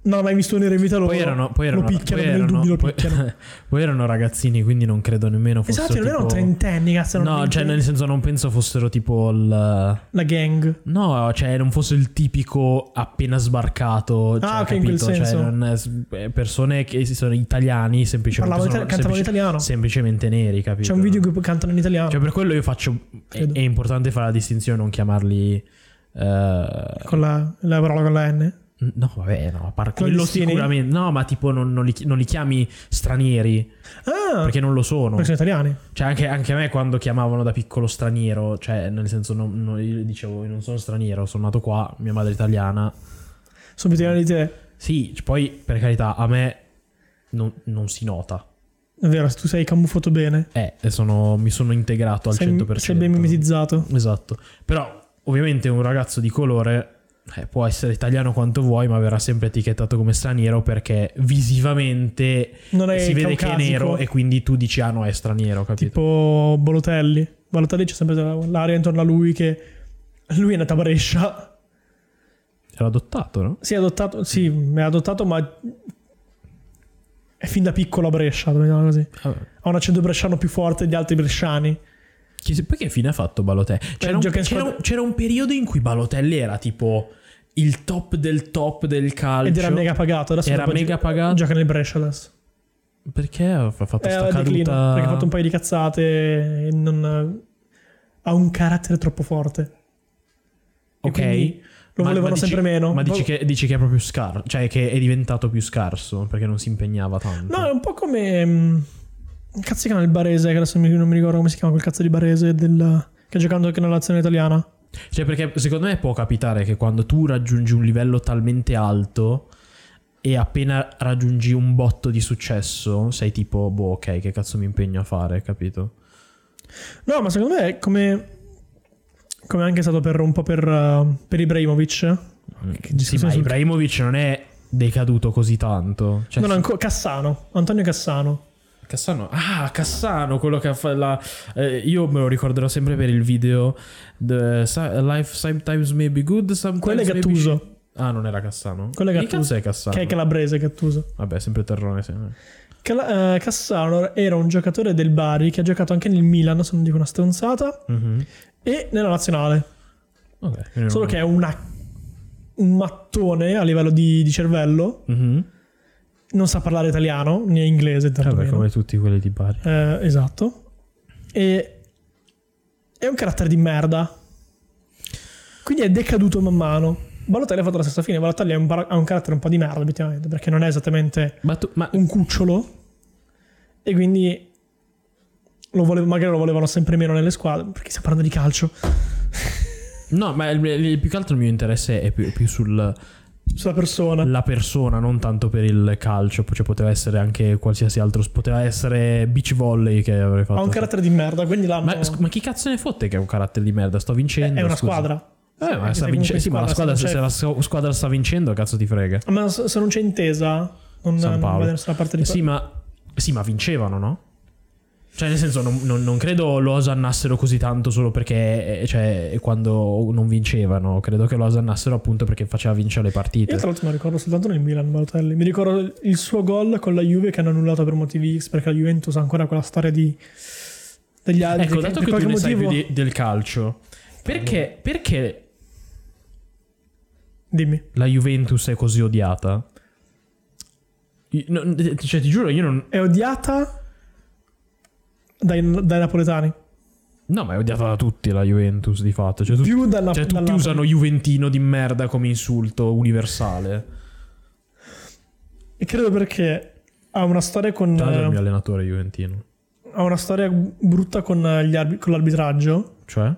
Speaker 1: Non ho mai visto un nero in vita loro.
Speaker 2: Poi erano, poi erano,
Speaker 1: lo picchiano,
Speaker 2: poi
Speaker 1: nel
Speaker 2: erano-
Speaker 1: dubbio lo
Speaker 2: poi-
Speaker 1: picchiano.
Speaker 2: poi erano ragazzini, quindi non credo nemmeno fossero
Speaker 1: Esatto, non erano
Speaker 2: tipo-
Speaker 1: trentenni, cazzo. erano
Speaker 2: No, cioè
Speaker 1: trentenni.
Speaker 2: nel senso non penso fossero tipo il...
Speaker 1: La gang.
Speaker 2: No, cioè non fosse il tipico appena sbarcato, cioè,
Speaker 1: Ah, ok, in
Speaker 2: capito?
Speaker 1: quel senso.
Speaker 2: Cioè, non- eh, persone che si sono italiani, semplicemente
Speaker 1: Parlavano
Speaker 2: sono
Speaker 1: itali- cantavano italiano.
Speaker 2: semplice- semplicemente neri, capito?
Speaker 1: C'è un video in cui cantano in italiano.
Speaker 2: Cioè per quello io faccio è,
Speaker 1: Credo.
Speaker 2: è importante fare la distinzione non chiamarli eh,
Speaker 1: con la, la parola con la N.
Speaker 2: No, vabbè, no, a par-
Speaker 1: Con gli
Speaker 2: quello
Speaker 1: stieni?
Speaker 2: sicuramente. No, ma tipo non, non li, chi- non li chiami stranieri,
Speaker 1: Ah, perché,
Speaker 2: perché non lo sono.
Speaker 1: sono italiani.
Speaker 2: Cioè, anche, anche a me quando chiamavano da piccolo straniero, cioè, nel senso, non, non- io dicevo, io non sono straniero, sono nato qua, mia madre è italiana.
Speaker 1: Sono più italiani di te.
Speaker 2: Sì, c- poi, per carità, a me non, non si nota.
Speaker 1: È vero, tu sei camuffato bene.
Speaker 2: Eh, e sono- mi sono integrato al
Speaker 1: sei,
Speaker 2: 100%.
Speaker 1: sei ben mimetizzato.
Speaker 2: Esatto. Però, ovviamente, un ragazzo di colore eh, può essere italiano quanto vuoi, ma verrà sempre etichettato come straniero perché visivamente
Speaker 1: Non è
Speaker 2: si vede che è
Speaker 1: caucasico,
Speaker 2: nero e quindi tu dici ah no è straniero capito
Speaker 1: Tipo Bolotelli. Bolotelli c'è sempre l'aria intorno a lui che... Lui è nato a Brescia.
Speaker 2: era adottato no?
Speaker 1: Si è adottato... Sì, mi è adottato, ma... È fin da piccolo a Brescia, dobbiamo chiamarlo così.
Speaker 2: Vabbè.
Speaker 1: Ha un accento bresciano più forte di altri bresciani.
Speaker 2: Chi se- poi che fine ha fatto Balotelli c'era, un,
Speaker 1: gioca in
Speaker 2: c'era
Speaker 1: squadra-
Speaker 2: un- c'era un periodo in cui Balotelli era tipo il top del top del calcio
Speaker 1: Ed era mega pagato. Adesso
Speaker 2: Era
Speaker 1: dopo gi-
Speaker 2: mega pagato.
Speaker 1: Gioca nel Brescia adesso.
Speaker 2: perché ha fatto
Speaker 1: Eh,
Speaker 2: sta
Speaker 1: al
Speaker 2: caduta
Speaker 1: declino, perché ha fatto un paio di cazzate e non eh, ha un carattere troppo forte. E
Speaker 2: ok
Speaker 1: quindi lo
Speaker 2: Ma-
Speaker 1: volevano
Speaker 2: ma dici-
Speaker 1: sempre meno. Boh.
Speaker 2: ma
Speaker 1: Poi-
Speaker 2: dici che, dici che è proprio scarso cioè che è diventato più scarso perché non si impegnava tanto
Speaker 1: No, è un po' come... mh, Cazzo si chiama il barese, che adesso mi- non mi ricordo come si chiama quel cazzo di barese del- che ha giocato anche nella nazionale italiana.
Speaker 2: Cioè, perché secondo me può capitare che quando tu raggiungi un livello talmente alto e appena raggiungi un botto di successo, sei tipo, boh, ok, che cazzo mi impegno a fare, capito?
Speaker 1: No, ma secondo me è come... Come anche è stato per un po' per, uh, per Ibrahimovic.
Speaker 2: Cioè,
Speaker 1: Che
Speaker 2: Mm. sì,
Speaker 1: discussione
Speaker 2: ma
Speaker 1: sul-
Speaker 2: Ibrahimovic non è decaduto così tanto. Cioè,
Speaker 1: non ancora... Cassano. Antonio Cassano.
Speaker 2: Cassano, ah, Cassano, quello che ha fa- la- eh, io me lo ricorderò sempre per il video The sa- Life sometimes may be good, sometimes
Speaker 1: Quello è
Speaker 2: may be
Speaker 1: Gattuso.
Speaker 2: shit. Ah, non era Cassano.
Speaker 1: Quello è
Speaker 2: Chi
Speaker 1: Gattuso.
Speaker 2: cazzo è Cassano?
Speaker 1: Che è Mhm. calabrese, Gattuso.
Speaker 2: Vabbè, sempre terrone, sì.
Speaker 1: Cala- eh, Cassano era un giocatore del Bari che ha giocato anche nel Milan, se non dico una stronzata,
Speaker 2: Mhm.
Speaker 1: e nella nazionale.
Speaker 2: Ok, quindi
Speaker 1: Solo
Speaker 2: non-
Speaker 1: che è una- un mattone a livello di, di cervello,
Speaker 2: Mhm.
Speaker 1: non sa parlare italiano né inglese,
Speaker 2: Vabbè,
Speaker 1: tantomeno.
Speaker 2: come tutti quelli di Bari.
Speaker 1: Eh, esatto. E è un carattere di merda. Quindi è decaduto man mano. Balotelli ha fatto la stessa fine. Balotelli ha un, para- ha un carattere un po' di merda, obiettivamente, perché non è esattamente
Speaker 2: Ma, tu- ma
Speaker 1: un cucciolo. E quindi lo vole- magari lo volevano sempre meno nelle squadre, perché stiamo parlando di calcio.
Speaker 2: no, ma il- il- più che altro il mio interesse è più, più sulla
Speaker 1: Sulla persona.
Speaker 2: persona, non tanto per il calcio. Cioè, poteva essere anche qualsiasi altro. Poteva essere beach volley che avrei fatto.
Speaker 1: ha un carattere di merda, quindi l'hanno...
Speaker 2: ma, sc- ma chi cazzo ne fotte che è un carattere di merda? Sto vincendo.
Speaker 1: è una
Speaker 2: scusa.
Speaker 1: squadra.
Speaker 2: Eh, ma,
Speaker 1: Perché
Speaker 2: sta
Speaker 1: se
Speaker 2: vince-
Speaker 1: comunque
Speaker 2: sì, ma la
Speaker 1: squadra,
Speaker 2: squadra,
Speaker 1: se
Speaker 2: se la squ- squadra sta vincendo, cazzo ti frega.
Speaker 1: Ma se se non c'è intesa, non,
Speaker 2: San
Speaker 1: non va
Speaker 2: Paolo. Eh
Speaker 1: da nessuna parte di
Speaker 2: Sì, ma, sì, ma vincevano, no? Cioè, nel senso, non, non- non credo lo osannassero così tanto solo perché, eh, cioè, quando non vincevano. Credo che lo osannassero appunto perché faceva vincere le partite.
Speaker 1: Io tra l'altro me lo ricordo soltanto nel Milan Balotelli. Mi ricordo il suo gol con la Juve che hanno annullato per motivi X perché la Juventus ha ancora quella storia di degli altri.
Speaker 2: Ecco,
Speaker 1: che
Speaker 2: dato
Speaker 1: per
Speaker 2: che tu
Speaker 1: qualche
Speaker 2: ne sai più
Speaker 1: motivo-
Speaker 2: di- del calcio, perché, perché
Speaker 1: Dimmi.
Speaker 2: la Juventus è così odiata? Io- no, cioè, ti giuro, io non...
Speaker 1: È odiata dai, dai napoletani.
Speaker 2: No, ma è odiata da tutti la Juventus, di fatto. Cioè, tu-
Speaker 1: Più dalla
Speaker 2: Cioè, tutti
Speaker 1: dalla-
Speaker 2: usano Juventino di merda come insulto universale.
Speaker 1: E credo perché ha una storia con...
Speaker 2: Tra l'altro, è il mio
Speaker 1: eh,
Speaker 2: allenatore è Juventino.
Speaker 1: Ha una storia brutta con, eh, gli arbi- con l'arbitraggio
Speaker 2: Cioè?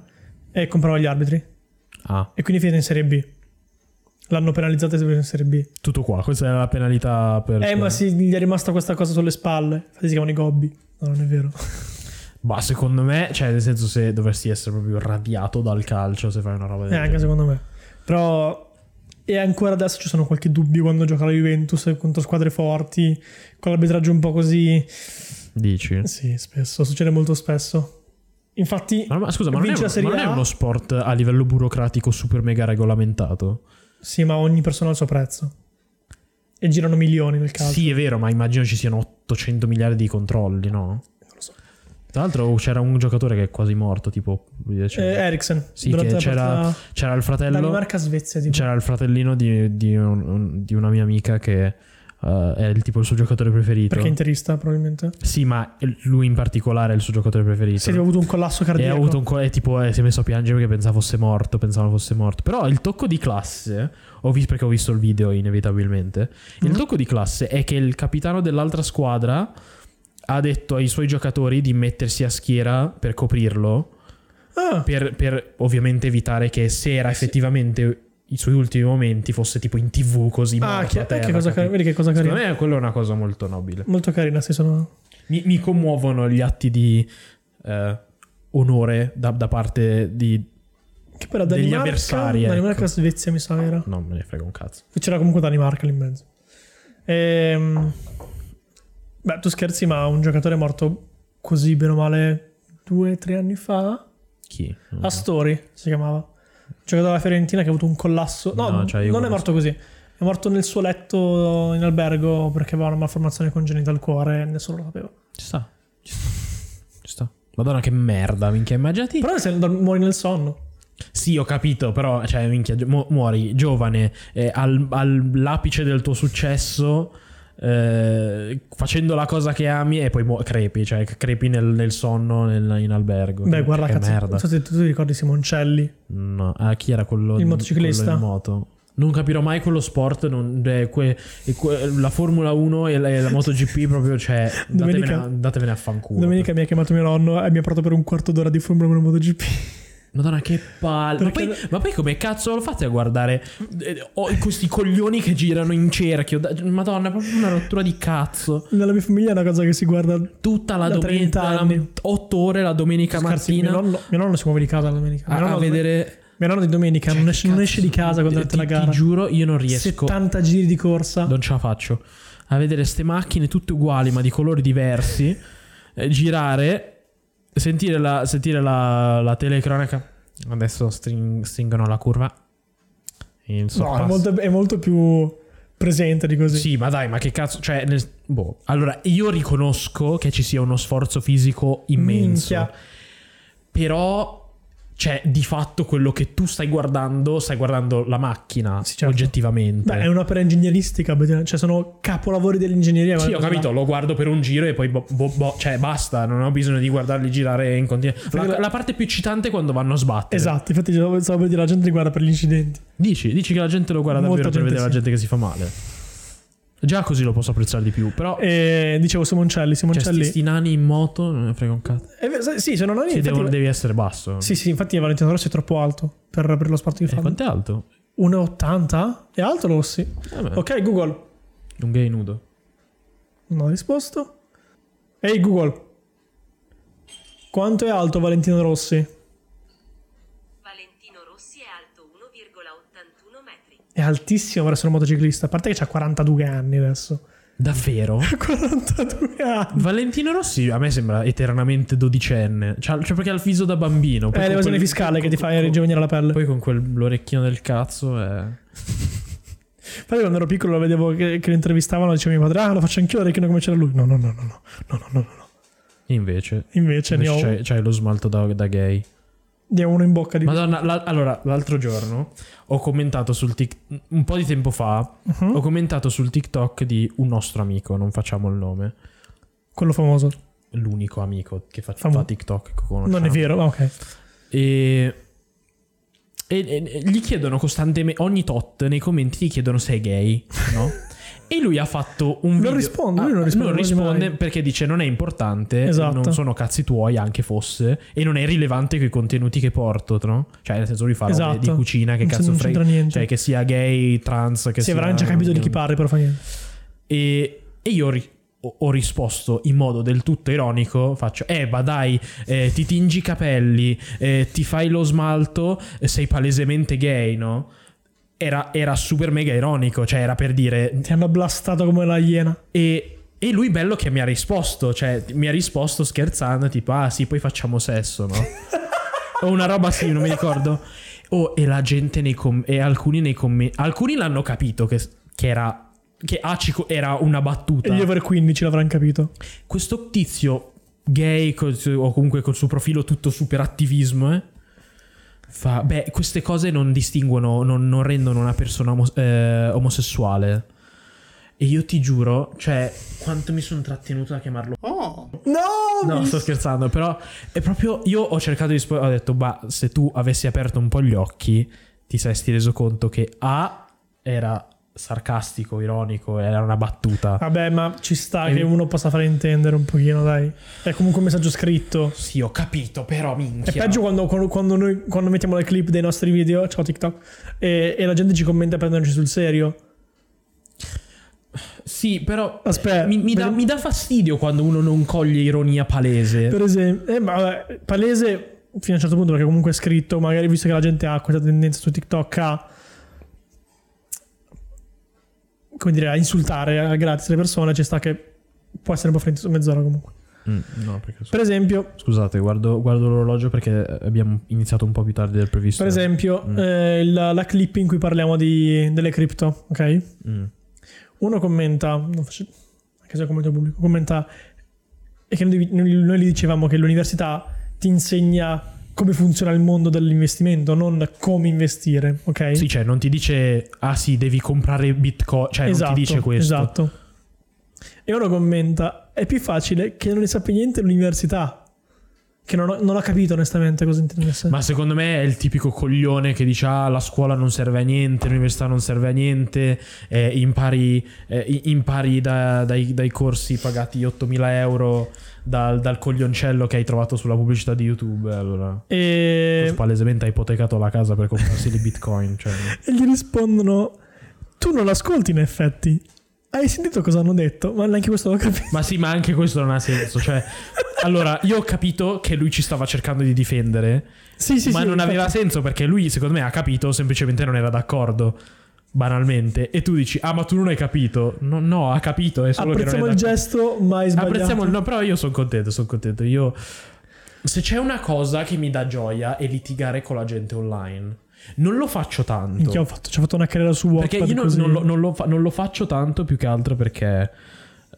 Speaker 1: e comprava gli arbitri.
Speaker 2: Ah,
Speaker 1: E quindi è finita in Serie B. L'hanno penalizzata e è finita in Serie B.
Speaker 2: tutto qua. Questa era la penalità per.
Speaker 1: Eh, ma sì, gli è rimasta questa cosa sulle spalle. Infatti si chiamano i gobbi. No, non è vero.
Speaker 2: Bah, secondo me, cioè, nel senso, se dovresti essere proprio radiato dal calcio, se fai una roba del
Speaker 1: Eh, anche
Speaker 2: genere.
Speaker 1: secondo me. Però. E ancora adesso ci sono qualche dubbio quando gioca la Juventus contro squadre forti, con l'arbitraggio un po' così.
Speaker 2: Dici.
Speaker 1: Sì, spesso, succede molto spesso. Infatti,
Speaker 2: Ma, ma scusa, ma non, è,
Speaker 1: Vince la
Speaker 2: un- ma non
Speaker 1: Serie
Speaker 2: è
Speaker 1: A?
Speaker 2: uno sport a livello burocratico super mega regolamentato?
Speaker 1: sì, ma ogni persona ha il suo prezzo. E girano milioni nel calcio.
Speaker 2: Sì, è vero, ma immagino ci siano 800 miliardi di controlli, no?
Speaker 1: Eh, Non lo so.
Speaker 2: Tra l'altro c'era un giocatore che è quasi morto, tipo...
Speaker 1: Eh,
Speaker 2: cioè,
Speaker 1: Eriksen,
Speaker 2: sì,
Speaker 1: durante
Speaker 2: che
Speaker 1: la
Speaker 2: c'era-
Speaker 1: partita
Speaker 2: c'era il fratello...
Speaker 1: Danimarca-Svezia, tipo.
Speaker 2: C'era il fratellino di, di un- un- di una mia amica che eh, è il, tipo il suo giocatore preferito.
Speaker 1: perché è interista, probabilmente.
Speaker 2: Sì, ma lui in particolare è il suo giocatore preferito.
Speaker 1: Sì, ha avuto un collasso
Speaker 2: e
Speaker 1: cardiaco.
Speaker 2: ha avuto un co- e tipo eh, si è messo a piangere perché pensava fosse morto, pensava fosse morto. Però il tocco di classe, ho visto perché ho visto il video inevitabilmente. Il
Speaker 1: Mhm.
Speaker 2: tocco di classe è che il capitano dell'altra squadra ha detto ai suoi giocatori di mettersi a schiera per coprirlo
Speaker 1: Ah,
Speaker 2: per, per ovviamente evitare che se
Speaker 1: Eh
Speaker 2: era effettivamente i suoi ultimi momenti fosse tipo in tv così
Speaker 1: ah,
Speaker 2: morto
Speaker 1: chi-
Speaker 2: a
Speaker 1: eh,
Speaker 2: terra,
Speaker 1: che cosa
Speaker 2: capito?
Speaker 1: carina. Vedi che cosa
Speaker 2: secondo
Speaker 1: carina.
Speaker 2: me quella è una cosa molto nobile
Speaker 1: Molto carina, sì, sono...
Speaker 2: mi, mi commuovono gli atti di eh, onore da, da parte di
Speaker 1: Che però
Speaker 2: Degli
Speaker 1: Danimarca,
Speaker 2: avversari,
Speaker 1: Danimarca
Speaker 2: ecco.
Speaker 1: Svezia mi sa era.
Speaker 2: no me ne frega un cazzo
Speaker 1: C'era comunque Danimarca lì in mezzo. Ehm, beh, tu scherzi, ma un giocatore è morto così bene o male due, tre anni fa?
Speaker 2: chi No.
Speaker 1: Astori si chiamava. Giocatore della Fiorentina che ha avuto un collasso. No,
Speaker 2: No, cioè, io
Speaker 1: non è
Speaker 2: conosco-
Speaker 1: morto così. È morto nel suo letto in albergo perché aveva una malformazione congenita al cuore e nessuno lo sapeva.
Speaker 2: ci sta ci sta ci sta Madonna che merda, minchia, immaginati.
Speaker 1: Però se dor- muori nel sonno.
Speaker 2: Sì, ho capito, però, cioè, minchia, gio- mu- muori giovane, eh, al- all'apice del tuo successo, eh, facendo la cosa che ami e poi mu- crepi, cioè crepi nel, nel sonno nel- in albergo.
Speaker 1: Beh,
Speaker 2: Che-
Speaker 1: guarda,
Speaker 2: che
Speaker 1: cazzo.
Speaker 2: merda.
Speaker 1: Non so se tu ti ricordi Simoncelli.
Speaker 2: No, ah, chi era quello?
Speaker 1: Il motociclista?
Speaker 2: quello in moto. Non capirò mai quello sport, non- eh, que- e que- la Formula 1 e la, e la MotoGP proprio, cioè, datevene,
Speaker 1: Domenica-
Speaker 2: a- datevene a fanculo.
Speaker 1: Domenica mi ha chiamato mio nonno e mi ha parlato per un quarto d'ora di Formula 1 MotoGP.
Speaker 2: Madonna, che palle. Ma
Speaker 1: Perché-
Speaker 2: poi, ma poi come cazzo lo fate a guardare eh, oh, questi coglioni che girano in cerchio? Da- Madonna, è proprio una rottura di cazzo.
Speaker 1: Nella mia famiglia è una cosa che si guarda.
Speaker 2: Tutta la
Speaker 1: Da 30
Speaker 2: domenica,
Speaker 1: anni.
Speaker 2: 8 ore la domenica
Speaker 1: Scherzi, mio,
Speaker 2: mattina
Speaker 1: nonno, mio nonno si muove di casa la domenica.
Speaker 2: a,
Speaker 1: Mio
Speaker 2: a
Speaker 1: nonno,
Speaker 2: vedere. Cioè,
Speaker 1: mio nonno di domenica non, esce, non
Speaker 2: Cazzo,
Speaker 1: esce di casa quando
Speaker 2: ti-
Speaker 1: è la
Speaker 2: ti-
Speaker 1: gara.
Speaker 2: Ti giuro, io non riesco.
Speaker 1: 70 giri di corsa.
Speaker 2: Non ce la faccio. A vedere ste macchine tutte uguali, ma di colori diversi. eh, girare, sentire la, sentire la, la telecronaca. Adesso string- stringono la curva. Il
Speaker 1: No, è
Speaker 2: sorpasso.
Speaker 1: molto, è molto più presente di così.
Speaker 2: Sì, ma dai, ma che cazzo. Cioè, nel- boh. Allora, io riconosco che ci sia uno sforzo fisico immenso.
Speaker 1: Minchia.
Speaker 2: Però. cioè di fatto quello che tu stai guardando, stai guardando la macchina
Speaker 1: Sì, certo.
Speaker 2: oggettivamente.
Speaker 1: Beh, è un'opera ingegneristica, cioè sono capolavori dell'ingegneria.
Speaker 2: Sì,
Speaker 1: guarda,
Speaker 2: ho capito, lo guardo per un giro e poi boh, boh, boh, cioè basta, non ho bisogno di guardarli girare in continuazione. La,
Speaker 1: Perché-
Speaker 2: la parte più eccitante è quando vanno a sbattere.
Speaker 1: Esatto, infatti stavo stavo per dire la gente li guarda per gli incidenti.
Speaker 2: Dici, dici che la gente lo guarda
Speaker 1: Molta
Speaker 2: davvero per
Speaker 1: gente
Speaker 2: vedere la
Speaker 1: sì.
Speaker 2: gente che si fa male. Già così lo posso apprezzare di più,
Speaker 1: Eh,
Speaker 2: però
Speaker 1: E dicevo Simoncelli,
Speaker 2: cioè, sti,
Speaker 1: Simoncelli...
Speaker 2: sti nani in moto non ne frega un cazzo.
Speaker 1: Eh, beh, sì, sono nani...
Speaker 2: Sì,
Speaker 1: infatti-
Speaker 2: devono- devi essere basso.
Speaker 1: Sì, sì, infatti Valentino Rossi è troppo alto per, per lo sport che
Speaker 2: E
Speaker 1: fa.
Speaker 2: quanto è alto?
Speaker 1: 1,80? È alto Rossi.
Speaker 2: Vabbè,
Speaker 1: Ok, Google.
Speaker 2: Un gay nudo.
Speaker 1: Non ha risposto. Ehi Google. Quanto è alto Valentino Rossi?
Speaker 3: Valentino Rossi è alto 1,81 metri.
Speaker 1: È altissimo per essere un motociclista. A parte che ha 42 anni adesso.
Speaker 2: Davvero?
Speaker 1: 42 anni.
Speaker 2: Valentino Rossi a me sembra eternamente dodicenne. Cioè, cioè perché ha il viso da bambino. poi
Speaker 1: È
Speaker 2: con
Speaker 1: Eh, l'evasione
Speaker 2: quel-
Speaker 1: fiscale che
Speaker 2: con-
Speaker 1: ti fa
Speaker 2: con-
Speaker 1: ringiovanire la pelle.
Speaker 2: Poi con quell'orecchino del cazzo è...
Speaker 1: Poi quando ero piccolo lo vedevo che, che lo intervistavano, diceva mio padre, ah lo faccio anch'io l'orecchino come c'era lui. No, no, no, no, no, no, no, no, no, no.
Speaker 2: Invece...
Speaker 1: Invece ne
Speaker 2: invece
Speaker 1: ho,
Speaker 2: c'hai, c'hai lo smalto da, da gay.
Speaker 1: ne ho uno in bocca di...
Speaker 2: Madonna, la- allora, l'altro giorno ho commentato sul TikTok... Un po' di tempo fa
Speaker 1: Mhm.
Speaker 2: ho commentato sul TikTok di un nostro amico, non facciamo il nome.
Speaker 1: Quello famoso.
Speaker 2: L'unico amico che fa,
Speaker 1: Famo-
Speaker 2: fa TikTok che conosciamo.
Speaker 1: Non è vero, ma ok.
Speaker 2: E, e- e- gli chiedono costantemente, ogni tot nei commenti gli chiedono se è gay, no? e lui ha fatto un video... Ah,
Speaker 1: risponde, lui non risponde quasi
Speaker 2: risponde
Speaker 1: mai.
Speaker 2: perché dice non è importante,
Speaker 1: Esatto.
Speaker 2: non sono cazzi tuoi anche fosse, e non è rilevante con i contenuti che porto, no? Cioè nel senso lui fa robe
Speaker 1: Esatto.
Speaker 2: di cucina, che
Speaker 1: Non c'è-
Speaker 2: cazzo
Speaker 1: non
Speaker 2: frega...
Speaker 1: c'entra niente.
Speaker 2: Cioè che sia gay, trans, che
Speaker 1: Si
Speaker 2: sia...
Speaker 1: avranno già capito di chi parli, però fa niente.
Speaker 2: E, e io ri- ho, ho risposto in modo del tutto ironico, faccio, eh ma dai, eh, ti tingi i capelli, eh, ti fai lo smalto, eh, sei palesemente gay, no? Era, era super mega ironico, cioè era per dire...
Speaker 1: Ti hanno blastato come la iena.
Speaker 2: E, e lui bello che mi ha risposto, cioè mi ha risposto scherzando, tipo, ah sì, poi facciamo sesso, no? o una roba sì, non mi ricordo. Oh, e la gente nei commenti, e alcuni nei commenti, alcuni l'hanno capito che, che era... Che ah, ci co- era una battuta
Speaker 1: E gli over 15 l'avranno capito.
Speaker 2: questo tizio gay col suo- o comunque col suo profilo tutto super attivismo eh, fa beh queste cose non distinguono non, non rendono una persona omo- eh, omosessuale e io ti giuro cioè quanto mi sono trattenuto da chiamarlo
Speaker 1: No!
Speaker 2: no
Speaker 1: mi-
Speaker 2: sto scherzando però è proprio io ho cercato di spo- ho detto bah se tu avessi aperto un po' gli occhi ti saresti reso conto che A era sarcastico ironico era una battuta
Speaker 1: Vabbè, ma ci sta
Speaker 2: Ah. E-
Speaker 1: che uno possa fare intendere un pochino, dai. È comunque un messaggio scritto.
Speaker 2: sì ho capito però
Speaker 1: È
Speaker 2: minchia
Speaker 1: peggio quando, quando- quando noi quando mettiamo le clip dei nostri video, ciao TikTok, e, e la gente ci commenta prendendoci sul serio.
Speaker 2: Sì, però
Speaker 1: Aspetta,
Speaker 2: mi, mi dà,
Speaker 1: per-
Speaker 2: mi dà fastidio quando uno non coglie ironia palese.
Speaker 1: Per esempio, eh, ma vabbè, palese fino a un certo punto, perché comunque è scritto, magari visto che la gente ha questa tendenza su TikTok a. come dire, a insultare a gratis le persone, ci sta che può essere un po' freddo su mezz'ora comunque.
Speaker 2: Mm, no, perché
Speaker 1: Per esempio,
Speaker 2: Scusate, guardo, guardo l'orologio perché eh, abbiamo iniziato un po' più tardi del previsto.
Speaker 1: per esempio
Speaker 2: Mm.
Speaker 1: eh, la, la clip in cui parliamo di, delle cripto, ok?
Speaker 2: Mm.
Speaker 1: Uno commenta, non faccio- anche se è un commento pubblico, commenta e che noi, noi- noi gli dicevamo che l'università ti insegna come funziona il mondo dell'investimento, non come investire, ok?
Speaker 2: Sì, cioè, non ti dice, ah sì, devi comprare bitcoin. Cioè, non ti dice questo.
Speaker 1: Esatto. E uno commenta, è più facile che non ne sappia niente l'università, che non ho, non ho capito onestamente cosa intendesse.
Speaker 2: Ma secondo me è il tipico coglione che dice: Ah, la scuola non serve a niente, l'università non serve a niente, eh, impari, eh, i- impari da- dai, dai corsi pagati 8.000 euro dal, dal coglioncello che hai trovato sulla pubblicità di YouTube. Allora,
Speaker 1: e...
Speaker 2: Questo palesemente ha ipotecato la casa per comprarsi le bitcoin. Cioè,
Speaker 1: e gli rispondono, tu non l'ascolti in effetti. Hai sentito cosa hanno detto? Ma neanche questo l'ho capito.
Speaker 2: ma sì, ma anche questo non ha senso. Cioè, allora, io ho capito che lui ci stava cercando di difendere,
Speaker 1: Sì, sì,
Speaker 2: ma
Speaker 1: sì,
Speaker 2: non
Speaker 1: infatti.
Speaker 2: aveva senso perché lui, secondo me, ha capito, semplicemente non era d'accordo. Banalmente, e tu dici: Ah, ma tu non hai capito. No, no ha capito. È solo
Speaker 1: Apprezziamo
Speaker 2: che
Speaker 1: il
Speaker 2: non è d'accordo.
Speaker 1: gesto, ma hai sbagliato.
Speaker 2: Apprezziamo il no, però io sono contento. Sono contento. Io, se c'è una cosa che mi dà gioia è litigare con la gente online. Non lo faccio tanto.
Speaker 1: Minchia, ho fatto, ci ho fatto una carriera su Wattpad
Speaker 2: Perché io non,
Speaker 1: così.
Speaker 2: non lo, non lo fa- non lo faccio tanto più che altro perché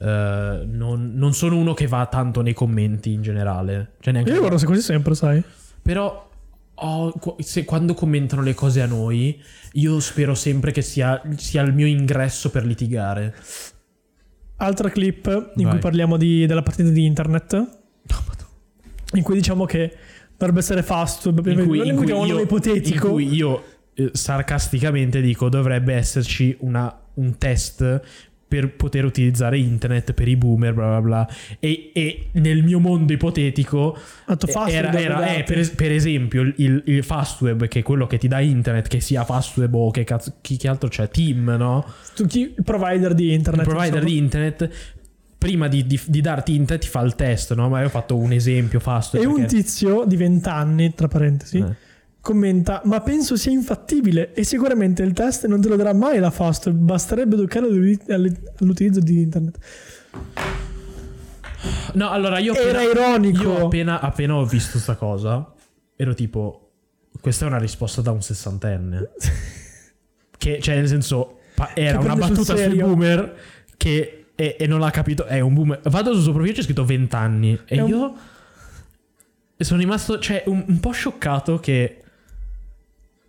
Speaker 2: eh, non, non sono uno che va tanto nei commenti in generale. Cioè neanche
Speaker 1: Io guardo se così sempre, sai.
Speaker 2: Però ho- ho- qu- se- quando commentano le cose a noi, io spero sempre che sia, sia il mio ingresso per litigare.
Speaker 1: Altra clip in
Speaker 2: Vai.
Speaker 1: cui parliamo di- della partita di internet,
Speaker 2: No, madonna.
Speaker 1: in cui diciamo che dovrebbe essere fast,
Speaker 2: in cui, in cui
Speaker 1: un
Speaker 2: io,
Speaker 1: nome ipotetico.
Speaker 2: in cui io, eh, sarcasticamente dico dovrebbe esserci una- un test per poter utilizzare internet per i boomer bla bla bla e, e nel mio mondo ipotetico
Speaker 1: Atto fast
Speaker 2: era-
Speaker 1: dove
Speaker 2: era-
Speaker 1: date.
Speaker 2: eh, per, es- per esempio il- il, il Fastweb che è quello che ti dà internet che sia Fastweb o che cazzo chi, chi altro c'è Team no?
Speaker 1: tu chi il provider di internet.
Speaker 2: il provider
Speaker 1: insomma.
Speaker 2: di internet prima di, di- di darti internet ti fa il test no? ma io ho fatto un esempio Fastweb
Speaker 1: E un
Speaker 2: perché-
Speaker 1: tizio di 20 anni, tra parentesi,
Speaker 2: Eh.
Speaker 1: commenta: Ma penso sia infattibile e sicuramente il test non te lo darà mai la fast. Basterebbe educare all'ut- all'utilizzo di internet.
Speaker 2: No, allora io
Speaker 1: Era ironico.
Speaker 2: Io appena, appena ho visto sta cosa, ero tipo, questa è una risposta da un sessantenne. che, cioè, nel senso, pa- era
Speaker 1: Che
Speaker 2: una
Speaker 1: prende sul
Speaker 2: battuta sui
Speaker 1: serio.
Speaker 2: boomer che, e, e non l'ha capito, è un boomer. Vado sul suo profilo, c'è scritto 20 anni. E
Speaker 1: È un-
Speaker 2: io sono rimasto, cioè, un, un po' scioccato che...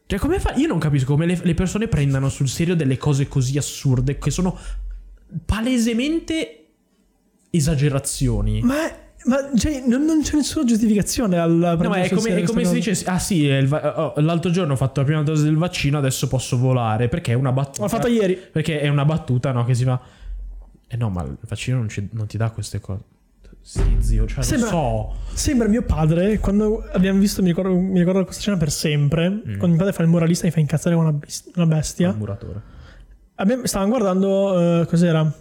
Speaker 2: Cioè, come fa? Io non capisco come le, le persone prendano sul serio delle cose così assurde che sono palesemente esagerazioni.
Speaker 1: Ma, ma, cioè, non, non c'è nessuna giustificazione al
Speaker 2: No, ma è
Speaker 1: prendersi
Speaker 2: come, è
Speaker 1: questa
Speaker 2: come se
Speaker 1: cosa.
Speaker 2: dicessi: Ah, sì, è il va- oh, l'altro giorno ho fatto la prima dose del vaccino, adesso posso volare. Perché è una battuta.
Speaker 1: L'ho fatta ieri.
Speaker 2: Perché è una battuta, no? Che si fa. Eh no, ma il vaccino non, ci- non ti dà queste cose. Sì, zio, cioè,
Speaker 1: Sembra-
Speaker 2: lo
Speaker 1: Sembra mio padre, quando abbiamo visto, mi ricordo, mi ricordo questa scena per sempre,
Speaker 2: Mm.
Speaker 1: quando mio padre fa il moralista e mi fa incazzare con una, bis- una
Speaker 2: so.
Speaker 1: bestia.
Speaker 2: Il muratore.
Speaker 1: Abbiamo- stavamo guardando, eh, cos'era?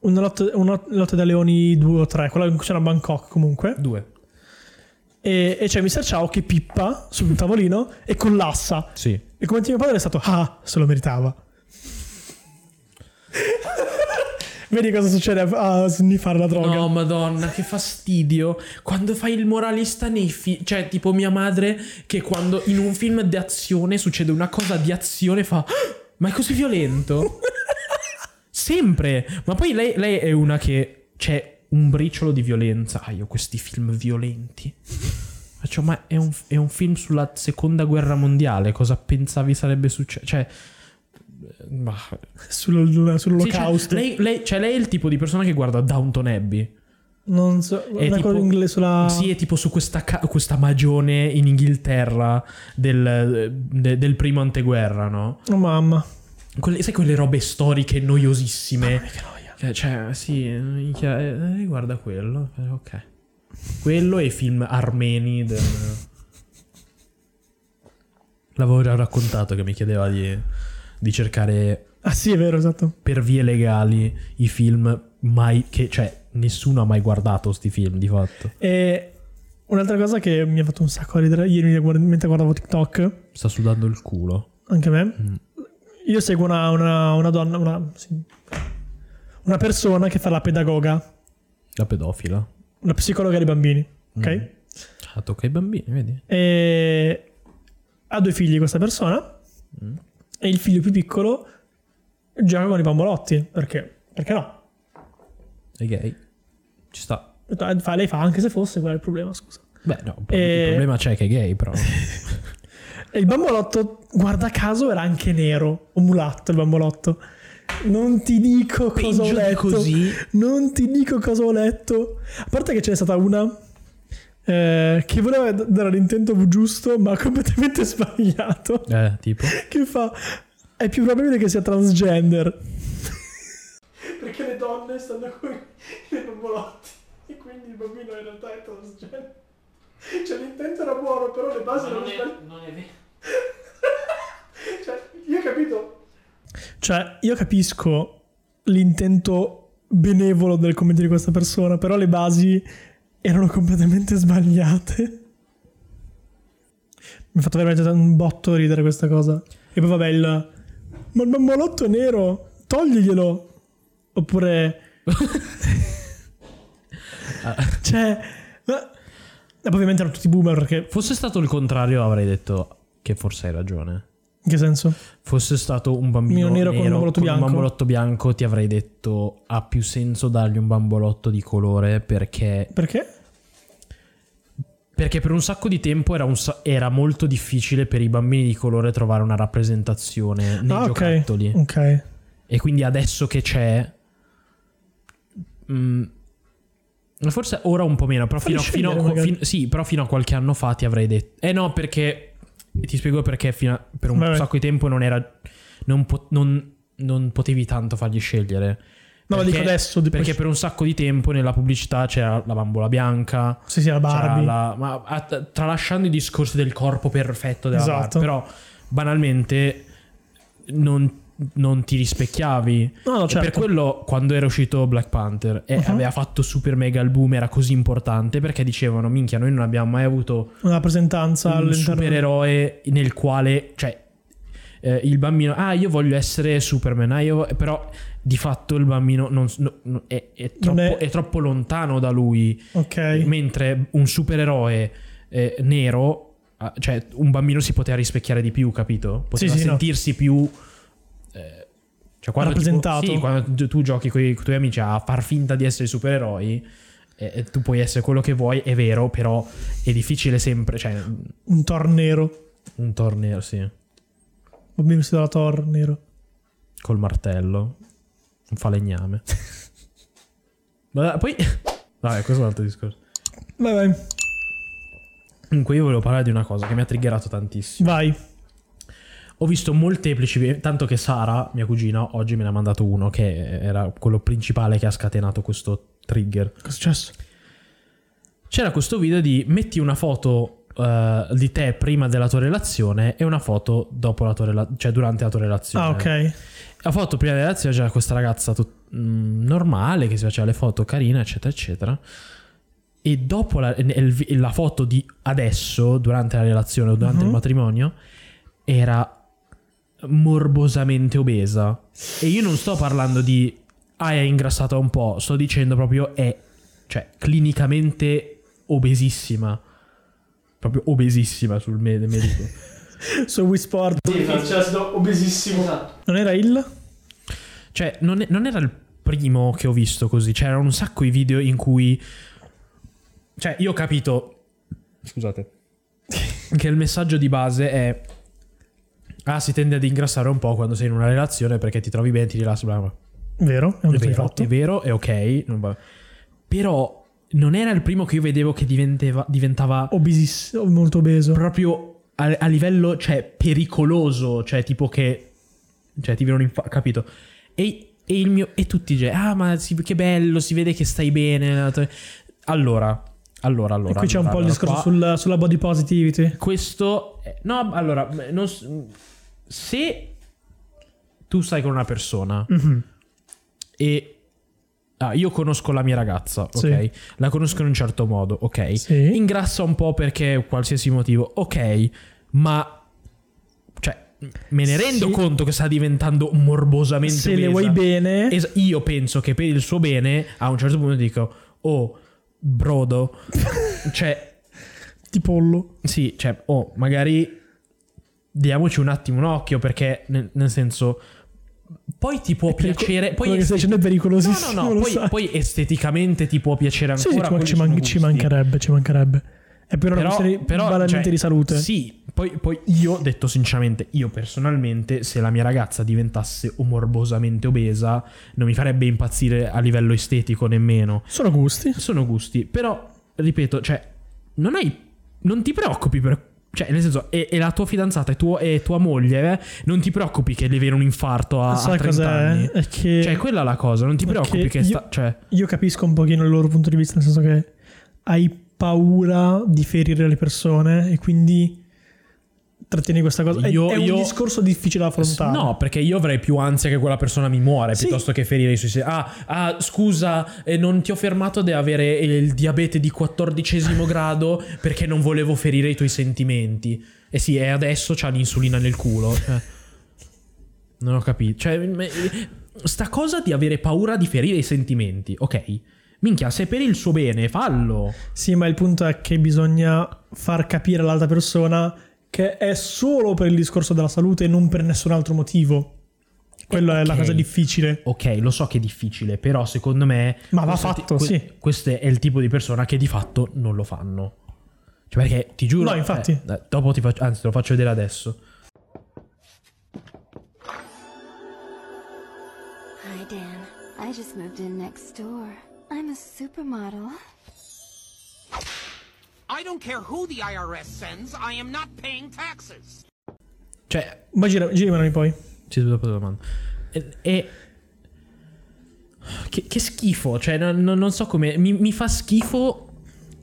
Speaker 1: Una lotta, una lotta da leoni 2 o 3, quella in cui c'era Bangkok comunque.
Speaker 2: Due.
Speaker 1: E, e c'è Mr. Ciao che pippa sul tavolino e collassa.
Speaker 2: Sì.
Speaker 1: E come mio padre è stato, ah, se lo meritava. Vedi cosa succede a, a sniffare la droga.
Speaker 2: No, madonna, che fastidio. Quando fai il moralista nei film. Cioè, tipo mia madre, che quando in un film di azione succede una cosa di azione fa. "Ah, Ma è così violento? Sempre. Ma poi lei, lei è una che c'è un briciolo di violenza. Ah, io questi film violenti. Faccio, ma è un, è un film sulla seconda guerra mondiale. Cosa pensavi sarebbe successo? Cioè. Ma
Speaker 1: Sul-
Speaker 2: sì, cioè,
Speaker 1: sull'olocausto.
Speaker 2: lei, lei- cioè, lei è il tipo di persona che guarda Downton Abbey.
Speaker 1: non so,
Speaker 2: cioè, È
Speaker 1: una cosa
Speaker 2: tipo-
Speaker 1: in inglese sulla...
Speaker 2: Sì, è tipo su questa, ca- questa magione in Inghilterra del, de- del primo anteguerra, no?
Speaker 1: Oh, mamma.
Speaker 2: Quelle- sai quelle robe storiche noiosissime?
Speaker 1: Che noia.
Speaker 2: Che- Cioè, sì, minchia, eh, eh, guarda quello, eh, ok. Quello e i film armeni del... L'avevo già raccontato che mi chiedeva di, di cercare
Speaker 1: Ah sì, è vero, esatto.
Speaker 2: per vie legali i film mai... che, cioè, nessuno ha mai guardato sti film, di fatto.
Speaker 1: E un'altra cosa che mi ha fatto un sacco ridere ieri guard- mentre guardavo TikTok,
Speaker 2: Sta sudando il culo.
Speaker 1: anche a me,
Speaker 2: Mm.
Speaker 1: io seguo una, una- una donna, una, sì, una persona che fa la pedagoga,
Speaker 2: La pedofila.
Speaker 1: una psicologa dei bambini, ok?
Speaker 2: Ah, tocca ai bambini, vedi?
Speaker 1: E ha due figli questa persona
Speaker 2: Mm.
Speaker 1: e il figlio più piccolo gioca con i bambolotti, perché? Perché no?
Speaker 2: È gay. Ci sta.
Speaker 1: Fa- Lei fa anche se fosse, qual è il problema, scusa.
Speaker 2: Beh, no,
Speaker 1: E-
Speaker 2: il problema c'è che è gay, però.
Speaker 1: E il bambolotto, guarda caso, era anche nero, o mulatto il bambolotto. Non ti dico cosa ho
Speaker 2: Peggio di
Speaker 1: letto.
Speaker 2: così.
Speaker 1: Non ti dico cosa ho letto. A parte che ce n'è stata una eh, che voleva d- dare l'intento giusto, ma completamente sbagliato.
Speaker 2: Eh, tipo.
Speaker 1: Che fa? È più probabile che sia transgender. Perché le donne stanno con i bambolotti. E quindi il bambino in realtà è transgender. Cioè l'intento era buono, però le basi erano sbagliate. Cioè, io ho capito. Cioè, io capisco l'intento benevolo del commento di questa persona, però le basi erano completamente sbagliate. Mi ha fatto veramente un botto ridere questa cosa. E poi vabbè, il... Ma il bambolotto è nero, togliglielo. Oppure... cioè... ma- E poi ovviamente erano tutti boomer perché...
Speaker 2: Fosse stato il contrario, avrei detto che forse hai ragione.
Speaker 1: In che senso?
Speaker 2: Fosse stato un bambino
Speaker 1: Mio nero
Speaker 2: nero,
Speaker 1: con un bambolotto
Speaker 2: con un
Speaker 1: bianco.
Speaker 2: bambolotto bianco, ti avrei detto ha più senso dargli un bambolotto di colore perché
Speaker 1: Perché?
Speaker 2: Perché per un sacco di tempo era, un sa- era molto difficile per i bambini di colore trovare una rappresentazione nei
Speaker 1: Ah, ok.
Speaker 2: giocattoli.
Speaker 1: Ok.
Speaker 2: E quindi adesso che c'è... mm, forse ora un po' meno, però
Speaker 1: Falli
Speaker 2: fino, fino-
Speaker 1: scegliere, magari.
Speaker 2: fin- sì, però fino a qualche anno fa ti avrei detto... Eh no, perché... e Ti spiego perché fino a- per un
Speaker 1: Vabbè.
Speaker 2: sacco di tempo non era... Non, po- non- non potevi tanto fargli scegliere.
Speaker 1: No, ma
Speaker 2: Perché-
Speaker 1: dico adesso. Di
Speaker 2: Perché per un sacco di tempo nella pubblicità c'era la bambola bianca,
Speaker 1: Sì, sì, la
Speaker 2: c'era
Speaker 1: Barbie.
Speaker 2: la- ma a- tralasciando i discorsi del corpo perfetto della
Speaker 1: Esatto.
Speaker 2: Barbie, però banalmente non, non ti rispecchiavi.
Speaker 1: No, no,
Speaker 2: E
Speaker 1: certo.
Speaker 2: Per quello, quando era uscito Black Panther e
Speaker 1: Mhm.
Speaker 2: aveva fatto super mega il boom, era così importante perché dicevano: Minchia, noi non abbiamo mai avuto
Speaker 1: Una rappresentanza
Speaker 2: un
Speaker 1: all'interno.
Speaker 2: supereroe nel quale, cioè, eh, il bambino, ah, io voglio essere Superman, ah, io vo-" però di fatto il bambino non, no- no- è, è
Speaker 1: Non
Speaker 2: troppo,
Speaker 1: è-
Speaker 2: è troppo lontano da lui,
Speaker 1: Ok.
Speaker 2: mentre un supereroe eh, nero, ah, cioè, un bambino si poteva rispecchiare di più, capito? Poteva
Speaker 1: Sì, sì, no.
Speaker 2: sentirsi più. eh, cioè, quando tipo-
Speaker 1: Rappresentato.
Speaker 2: sì, quando tu- tu giochi con i tuoi amici a far finta di essere supereroi, eh, eh, tu puoi essere quello che vuoi, è vero, però è difficile sempre. Cioè,
Speaker 1: Un Thor nero.
Speaker 2: un torneo, sì.
Speaker 1: Bambino vestito da Thor nero.
Speaker 2: Col martello. Un falegname. Ma poi... Vabbè, questo è un altro discorso.
Speaker 1: Vai, vai.
Speaker 2: Comunque io volevo parlare di una cosa che mi ha triggerato tantissimo.
Speaker 1: Vai.
Speaker 2: Ho visto molteplici... Tanto che Sara, mia cugina, oggi me ne ha mandato uno che era quello principale che ha scatenato questo trigger.
Speaker 1: Cosa è successo?
Speaker 2: C'era questo video di metti una foto eh, di te prima della tua relazione e una foto dopo la tua relazione, cioè durante la tua relazione.
Speaker 1: Ah, ok.
Speaker 2: La foto prima della relazione c'era questa ragazza tut- mh, normale che si faceva le foto carine, eccetera, eccetera. E dopo la, e il vi- la foto di adesso, durante la relazione o durante il
Speaker 1: Mhm.
Speaker 2: matrimonio, era morbosamente obesa. E io non sto parlando di ah, è ingrassata un po', sto dicendo proprio è, cioè, clinicamente obesissima. Proprio obesissima sul me- medico.
Speaker 1: Su Wii Sport.
Speaker 4: cioè, obesissimo.
Speaker 1: Non era il?
Speaker 2: Cioè, non, è- non era il primo che ho visto così. C'erano un sacco di video in cui. Cioè, io ho capito. Scusate. Che il messaggio di base è. Ah, si tende ad ingrassare un po' quando sei in una relazione perché ti trovi bene, ti rilassi. Bla bla. bla.
Speaker 1: Vero, è un
Speaker 2: È
Speaker 1: dato di
Speaker 2: vero,
Speaker 1: fatto.
Speaker 2: è vero, è ok. non va- Però non era il primo che io vedevo che diventeva- diventava
Speaker 1: Obesissimo, molto obeso.
Speaker 2: proprio a, a livello, cioè, pericoloso, cioè, tipo che... Cioè, ti viene un infa- capito? E, e il mio... E tutti dicono, ah, ma si- che bello, si vede che stai bene. nella tua-". Allora, allora, allora...
Speaker 1: e qui c'è un
Speaker 2: allora,
Speaker 1: po' il
Speaker 2: allora,
Speaker 1: discorso
Speaker 2: qua-
Speaker 1: sul- sulla body positivity.
Speaker 2: Questo... è- No, allora, non s- mm, se tu stai con una persona
Speaker 1: Mm-hmm.
Speaker 2: e... ah, io conosco la mia ragazza, ok?
Speaker 1: Sì.
Speaker 2: La conosco in un certo modo, ok?
Speaker 1: Sì.
Speaker 2: Ingrassa un po' perché qualsiasi motivo, ok, ma cioè me ne
Speaker 1: Sì.
Speaker 2: rendo conto che sta diventando morbosamente
Speaker 1: Se le
Speaker 2: obesa.
Speaker 1: vuoi bene,
Speaker 2: Es- io penso che per il suo bene, a un certo punto dico "Oh, brodo". cioè,
Speaker 1: ti pollo.
Speaker 2: sì, cioè, oh, magari diamoci un attimo un occhio perché nel, nel senso poi ti può
Speaker 1: È perico-
Speaker 2: piacere, poi
Speaker 1: quello che stai
Speaker 2: esteti-
Speaker 1: dicendo è pericolosissimo.
Speaker 2: No, no,
Speaker 1: lo
Speaker 2: no, poi,
Speaker 1: sai.
Speaker 2: poi esteticamente ti può piacere
Speaker 1: sì,
Speaker 2: ancora.
Speaker 1: sì, ci,
Speaker 2: quelli
Speaker 1: ci
Speaker 2: sono
Speaker 1: manchi- ci
Speaker 2: gusti.
Speaker 1: mancherebbe, ci mancherebbe. È per una
Speaker 2: Però,
Speaker 1: questione
Speaker 2: però,
Speaker 1: banalmente
Speaker 2: cioè,
Speaker 1: di salute.
Speaker 2: Sì, poi, poi io, detto sinceramente, io personalmente, se la mia ragazza diventasse o morbosamente obesa, non mi farebbe impazzire a livello estetico nemmeno.
Speaker 1: Sono gusti.
Speaker 2: Sono gusti, però, ripeto, cioè, non hai... Non ti preoccupi per... Cioè, nel senso, è, è la tua fidanzata, è, tuo- è tua moglie, eh? non ti preoccupi che le viene un infarto a, a
Speaker 1: Sai
Speaker 2: 30
Speaker 1: cos'è?
Speaker 2: anni.
Speaker 1: eh, È che
Speaker 2: Cioè, quella è la cosa, non ti
Speaker 1: Perché
Speaker 2: preoccupi che
Speaker 1: io-
Speaker 2: sta... Cioè...
Speaker 1: io capisco un pochino il loro punto di vista, nel senso che hai paura di ferire le persone e quindi trattieni questa cosa. È-
Speaker 2: Io-
Speaker 1: è
Speaker 2: io-
Speaker 1: un discorso difficile da affrontare.
Speaker 2: No, perché io avrei più ansia che quella persona mi muore
Speaker 1: Sì.
Speaker 2: piuttosto che ferire i suoi sensi. Ah, ah, scusa, eh, non ti ho fermato di avere eh, il diabete di 14 grado perché non volevo ferire i tuoi sentimenti. E sì, e adesso c'ha l'insulina nel culo. Cioè, non ho capito. Cioè, me- sta cosa di avere paura di ferire i sentimenti, ok? Minchia, se è per il suo bene, fallo.
Speaker 1: Sì, ma il punto è che bisogna far capire all'altra persona che è solo per il discorso della salute e non per nessun altro motivo. Quella è la
Speaker 2: ok.
Speaker 1: cosa difficile.
Speaker 2: Ok, lo so che è difficile, però secondo me...
Speaker 1: Ma va
Speaker 2: questo
Speaker 1: fatto,
Speaker 2: ti-
Speaker 1: sì.
Speaker 2: Questo è il tipo di persona che di fatto non lo fanno. Cioè, perché ti giuro.
Speaker 1: No, infatti.
Speaker 2: eh, eh, dopo ti faccio. Anzi, te lo faccio vedere adesso.
Speaker 5: Hi, Dan. I just moved in next door. I'm a supermodel.
Speaker 6: I don't care who the IRS sends, I am not paying taxes.
Speaker 2: Cioè,
Speaker 1: Ma gira- giramelo poi.
Speaker 2: ci dopo te lo mando. E. e- Che, che schifo. Cioè, no- no- non so come. Mi, mi fa schifo.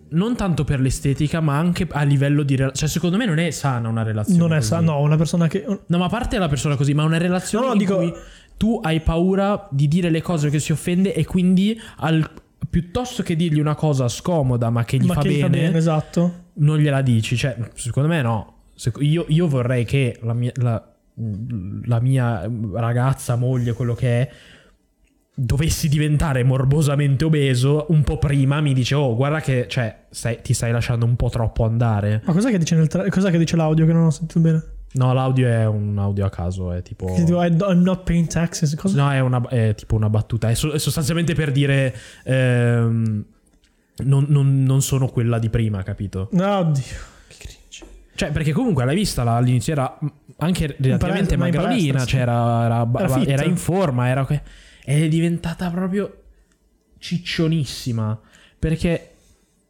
Speaker 2: Non tanto per l'estetica, ma anche a livello di. rela- cioè, secondo me non è sana una relazione.
Speaker 1: Non è
Speaker 2: così.
Speaker 1: sa, no, una persona che.
Speaker 2: No, ma a parte la persona così, ma una relazione
Speaker 1: No, no,
Speaker 2: in
Speaker 1: dico-
Speaker 2: cui tu hai paura di dire le cose che si offende e quindi al- piuttosto che dirgli una cosa scomoda ma che gli,
Speaker 1: ma
Speaker 2: fa,
Speaker 1: che gli
Speaker 2: bene,
Speaker 1: fa bene, esatto.
Speaker 2: non gliela dici. Cioè, secondo me no. Sec- Io, io vorrei che la mia, la- la mia ragazza, moglie, quello che è, dovessi diventare morbosamente obeso un po' prima mi dice oh guarda che cioè, stai- ti stai lasciando un po' troppo andare
Speaker 1: Ma cos'è che dice, nel tra- cos'è che dice l'audio che non ho sentito bene?
Speaker 2: no l'audio è un audio a caso è tipo
Speaker 1: Che tipo, I do- I'm not paying taxes. Cosa?
Speaker 2: No, è, una- è tipo una battuta. È, so- è sostanzialmente per dire. ehm, non, non- non sono quella di prima, capito?
Speaker 1: No, oddio. Che cringe.
Speaker 2: Cioè, perché comunque l'hai vista là, all'inizio era mh, anche
Speaker 1: palestra,
Speaker 2: relativamente
Speaker 1: ma in
Speaker 2: magrolina,
Speaker 1: palestra, sì.
Speaker 2: cioè era, era-
Speaker 1: Era fit.
Speaker 2: era in forma, era. que- Ed è diventata proprio ciccionissima. Perché.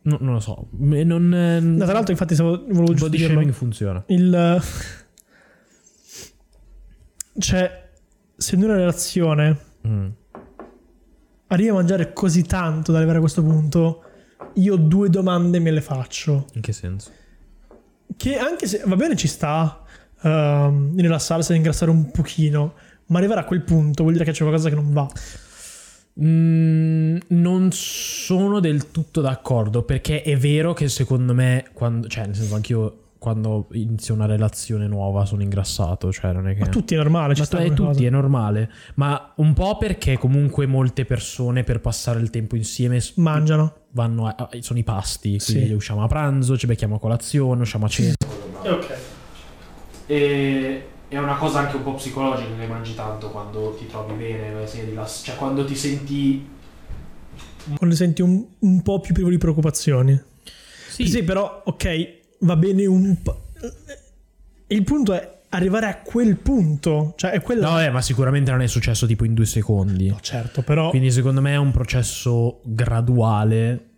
Speaker 2: no- non lo so. m- Non,
Speaker 1: No,
Speaker 2: ehm,
Speaker 1: tra l'altro, infatti, stavo, volevo
Speaker 2: il
Speaker 1: giusto
Speaker 2: body
Speaker 1: dirlo.
Speaker 2: shaming funziona.
Speaker 1: Il. eh, Cioè, se in una relazione
Speaker 2: Mm.
Speaker 1: arrivi a mangiare così tanto da arrivare a questo punto, io due domande me le faccio.
Speaker 2: In che senso?
Speaker 1: Che anche se va bene, ci sta ehm, rilassarsi e ingrassare un pochino, ma arrivare a quel punto vuol dire che c'è qualcosa che non va.
Speaker 2: Mm, non sono del tutto d'accordo perché è vero che secondo me, quando, cioè nel senso anch'io quando inizio una relazione nuova sono ingrassato, cioè non è che...
Speaker 1: Ma tutti è normale, ci
Speaker 2: Ma
Speaker 1: sta
Speaker 2: sta- è
Speaker 1: come
Speaker 2: tutti,
Speaker 1: cosa.
Speaker 2: è normale, ma un po' perché comunque molte persone per passare il tempo insieme s-
Speaker 1: Mangiano.
Speaker 2: vanno a- a- sono i pasti,
Speaker 1: Sì.
Speaker 2: quindi usciamo a pranzo, ci becchiamo a colazione, usciamo a cena.
Speaker 4: Ok. E è una cosa anche un po' psicologica che mangi tanto quando ti trovi bene, sei rilass- cioè quando ti senti...
Speaker 1: Quando senti un, un po' più privo di preoccupazioni.
Speaker 2: Sì,
Speaker 1: Sì. però, ok, va bene un po'. Il punto è arrivare a quel punto. Cioè, è quello.
Speaker 2: No, eh, ma sicuramente non è successo tipo in due secondi.
Speaker 1: No, certo, però.
Speaker 2: Quindi secondo me è un processo graduale.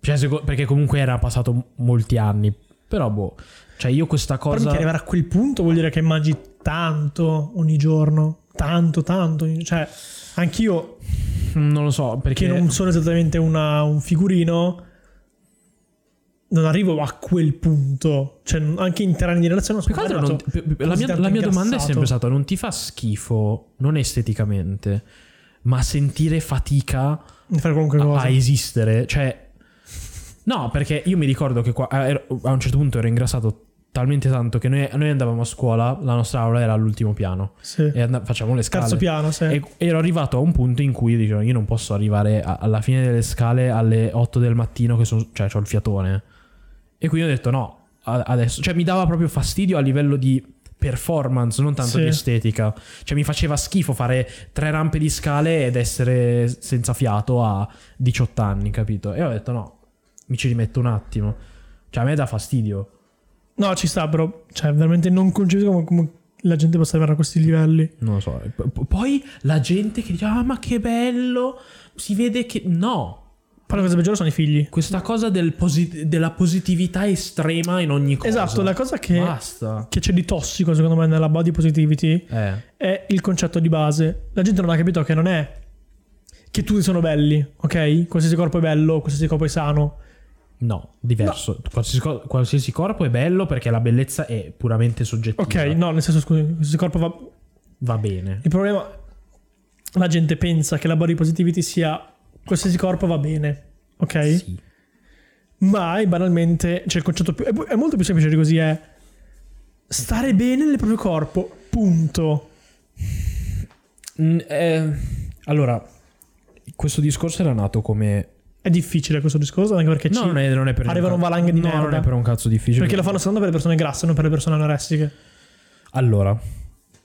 Speaker 2: Cioè, seco- perché comunque era passato m- molti anni. Però, boh. Cioè, io questa
Speaker 1: però
Speaker 2: cosa.
Speaker 1: minchia, arrivare a quel punto vuol dire che mangi tanto ogni giorno. Tanto, tanto. ogni- Cioè, anch'io,
Speaker 2: Non lo so. Perché.
Speaker 1: che non sono esattamente una- un figurino, non arrivo a quel punto. Cioè, anche in tre anni di relazione, non
Speaker 2: Più che
Speaker 1: sono mai
Speaker 2: altro non-
Speaker 1: arrivato
Speaker 2: pi- pi- la
Speaker 1: così
Speaker 2: mia,
Speaker 1: tanto
Speaker 2: la mia domanda è
Speaker 1: ingrassato.
Speaker 2: sempre stata: non ti fa schifo, non esteticamente, ma sentire fatica
Speaker 1: di fare qualunque
Speaker 2: a,
Speaker 1: cosa.
Speaker 2: a esistere? Cioè. No, perché io mi ricordo che qua, eh, ero- a un certo punto ero ingrassato talmente tanto che noi, noi andavamo a scuola, la nostra aula era all'ultimo piano.
Speaker 1: Sì.
Speaker 2: E and- facciamo le scale.
Speaker 1: Terzo piano, sì.
Speaker 2: E ero arrivato a un punto in cui dicevo, io non posso arrivare a- alla fine delle scale alle 8 del mattino, che sono, cioè ho il fiatone. E quindi ho detto no, a- adesso, cioè mi dava proprio fastidio a livello di performance, non tanto
Speaker 1: Sì.
Speaker 2: di estetica. Cioè mi faceva schifo fare tre rampe di scale ed essere senza fiato a 18 anni, capito? E ho detto no, mi ci rimetto un attimo. Cioè a me dà fastidio.
Speaker 1: No, ci sta, però. Cioè, veramente non concepisco come, come la gente possa arrivare a questi livelli.
Speaker 2: Non lo so. E p- p- Poi la gente che dice, ah ma che bello, si vede che... No,
Speaker 1: Poi la cosa peggiore sono i figli.
Speaker 2: Questa cosa del posi- della positività estrema in ogni cosa.
Speaker 1: Esatto, la cosa che,
Speaker 2: Basta.
Speaker 1: che c'è di tossico, secondo me, nella body positivity
Speaker 2: Eh.
Speaker 1: è il concetto di base. La gente non ha capito che non è che tutti sono belli, ok? Qualsiasi corpo è bello, qualsiasi corpo è sano.
Speaker 2: No, diverso. Qualsiasi, co- qualsiasi corpo è bello perché la bellezza è puramente soggettiva.
Speaker 1: Ok, no, nel senso, scusi, qualsiasi corpo va.
Speaker 2: Va bene.
Speaker 1: Il problema. La gente pensa che la body positivity sia qualsiasi corpo va bene, ok?
Speaker 2: Sì.
Speaker 1: ma è banalmente c'è il concetto più, è, è molto più semplice di così è stare bene nel proprio corpo punto
Speaker 2: Mm, eh, allora, questo discorso era nato come...
Speaker 1: è difficile questo discorso anche perché
Speaker 2: No,
Speaker 1: ci
Speaker 2: non è, non è per...
Speaker 1: arrivano
Speaker 2: un ca-
Speaker 1: valanghe di
Speaker 2: no,
Speaker 1: merda
Speaker 2: non è per un cazzo difficile.
Speaker 1: perché lo fanno secondo per le persone grasse non per le persone anoressiche
Speaker 2: Allora,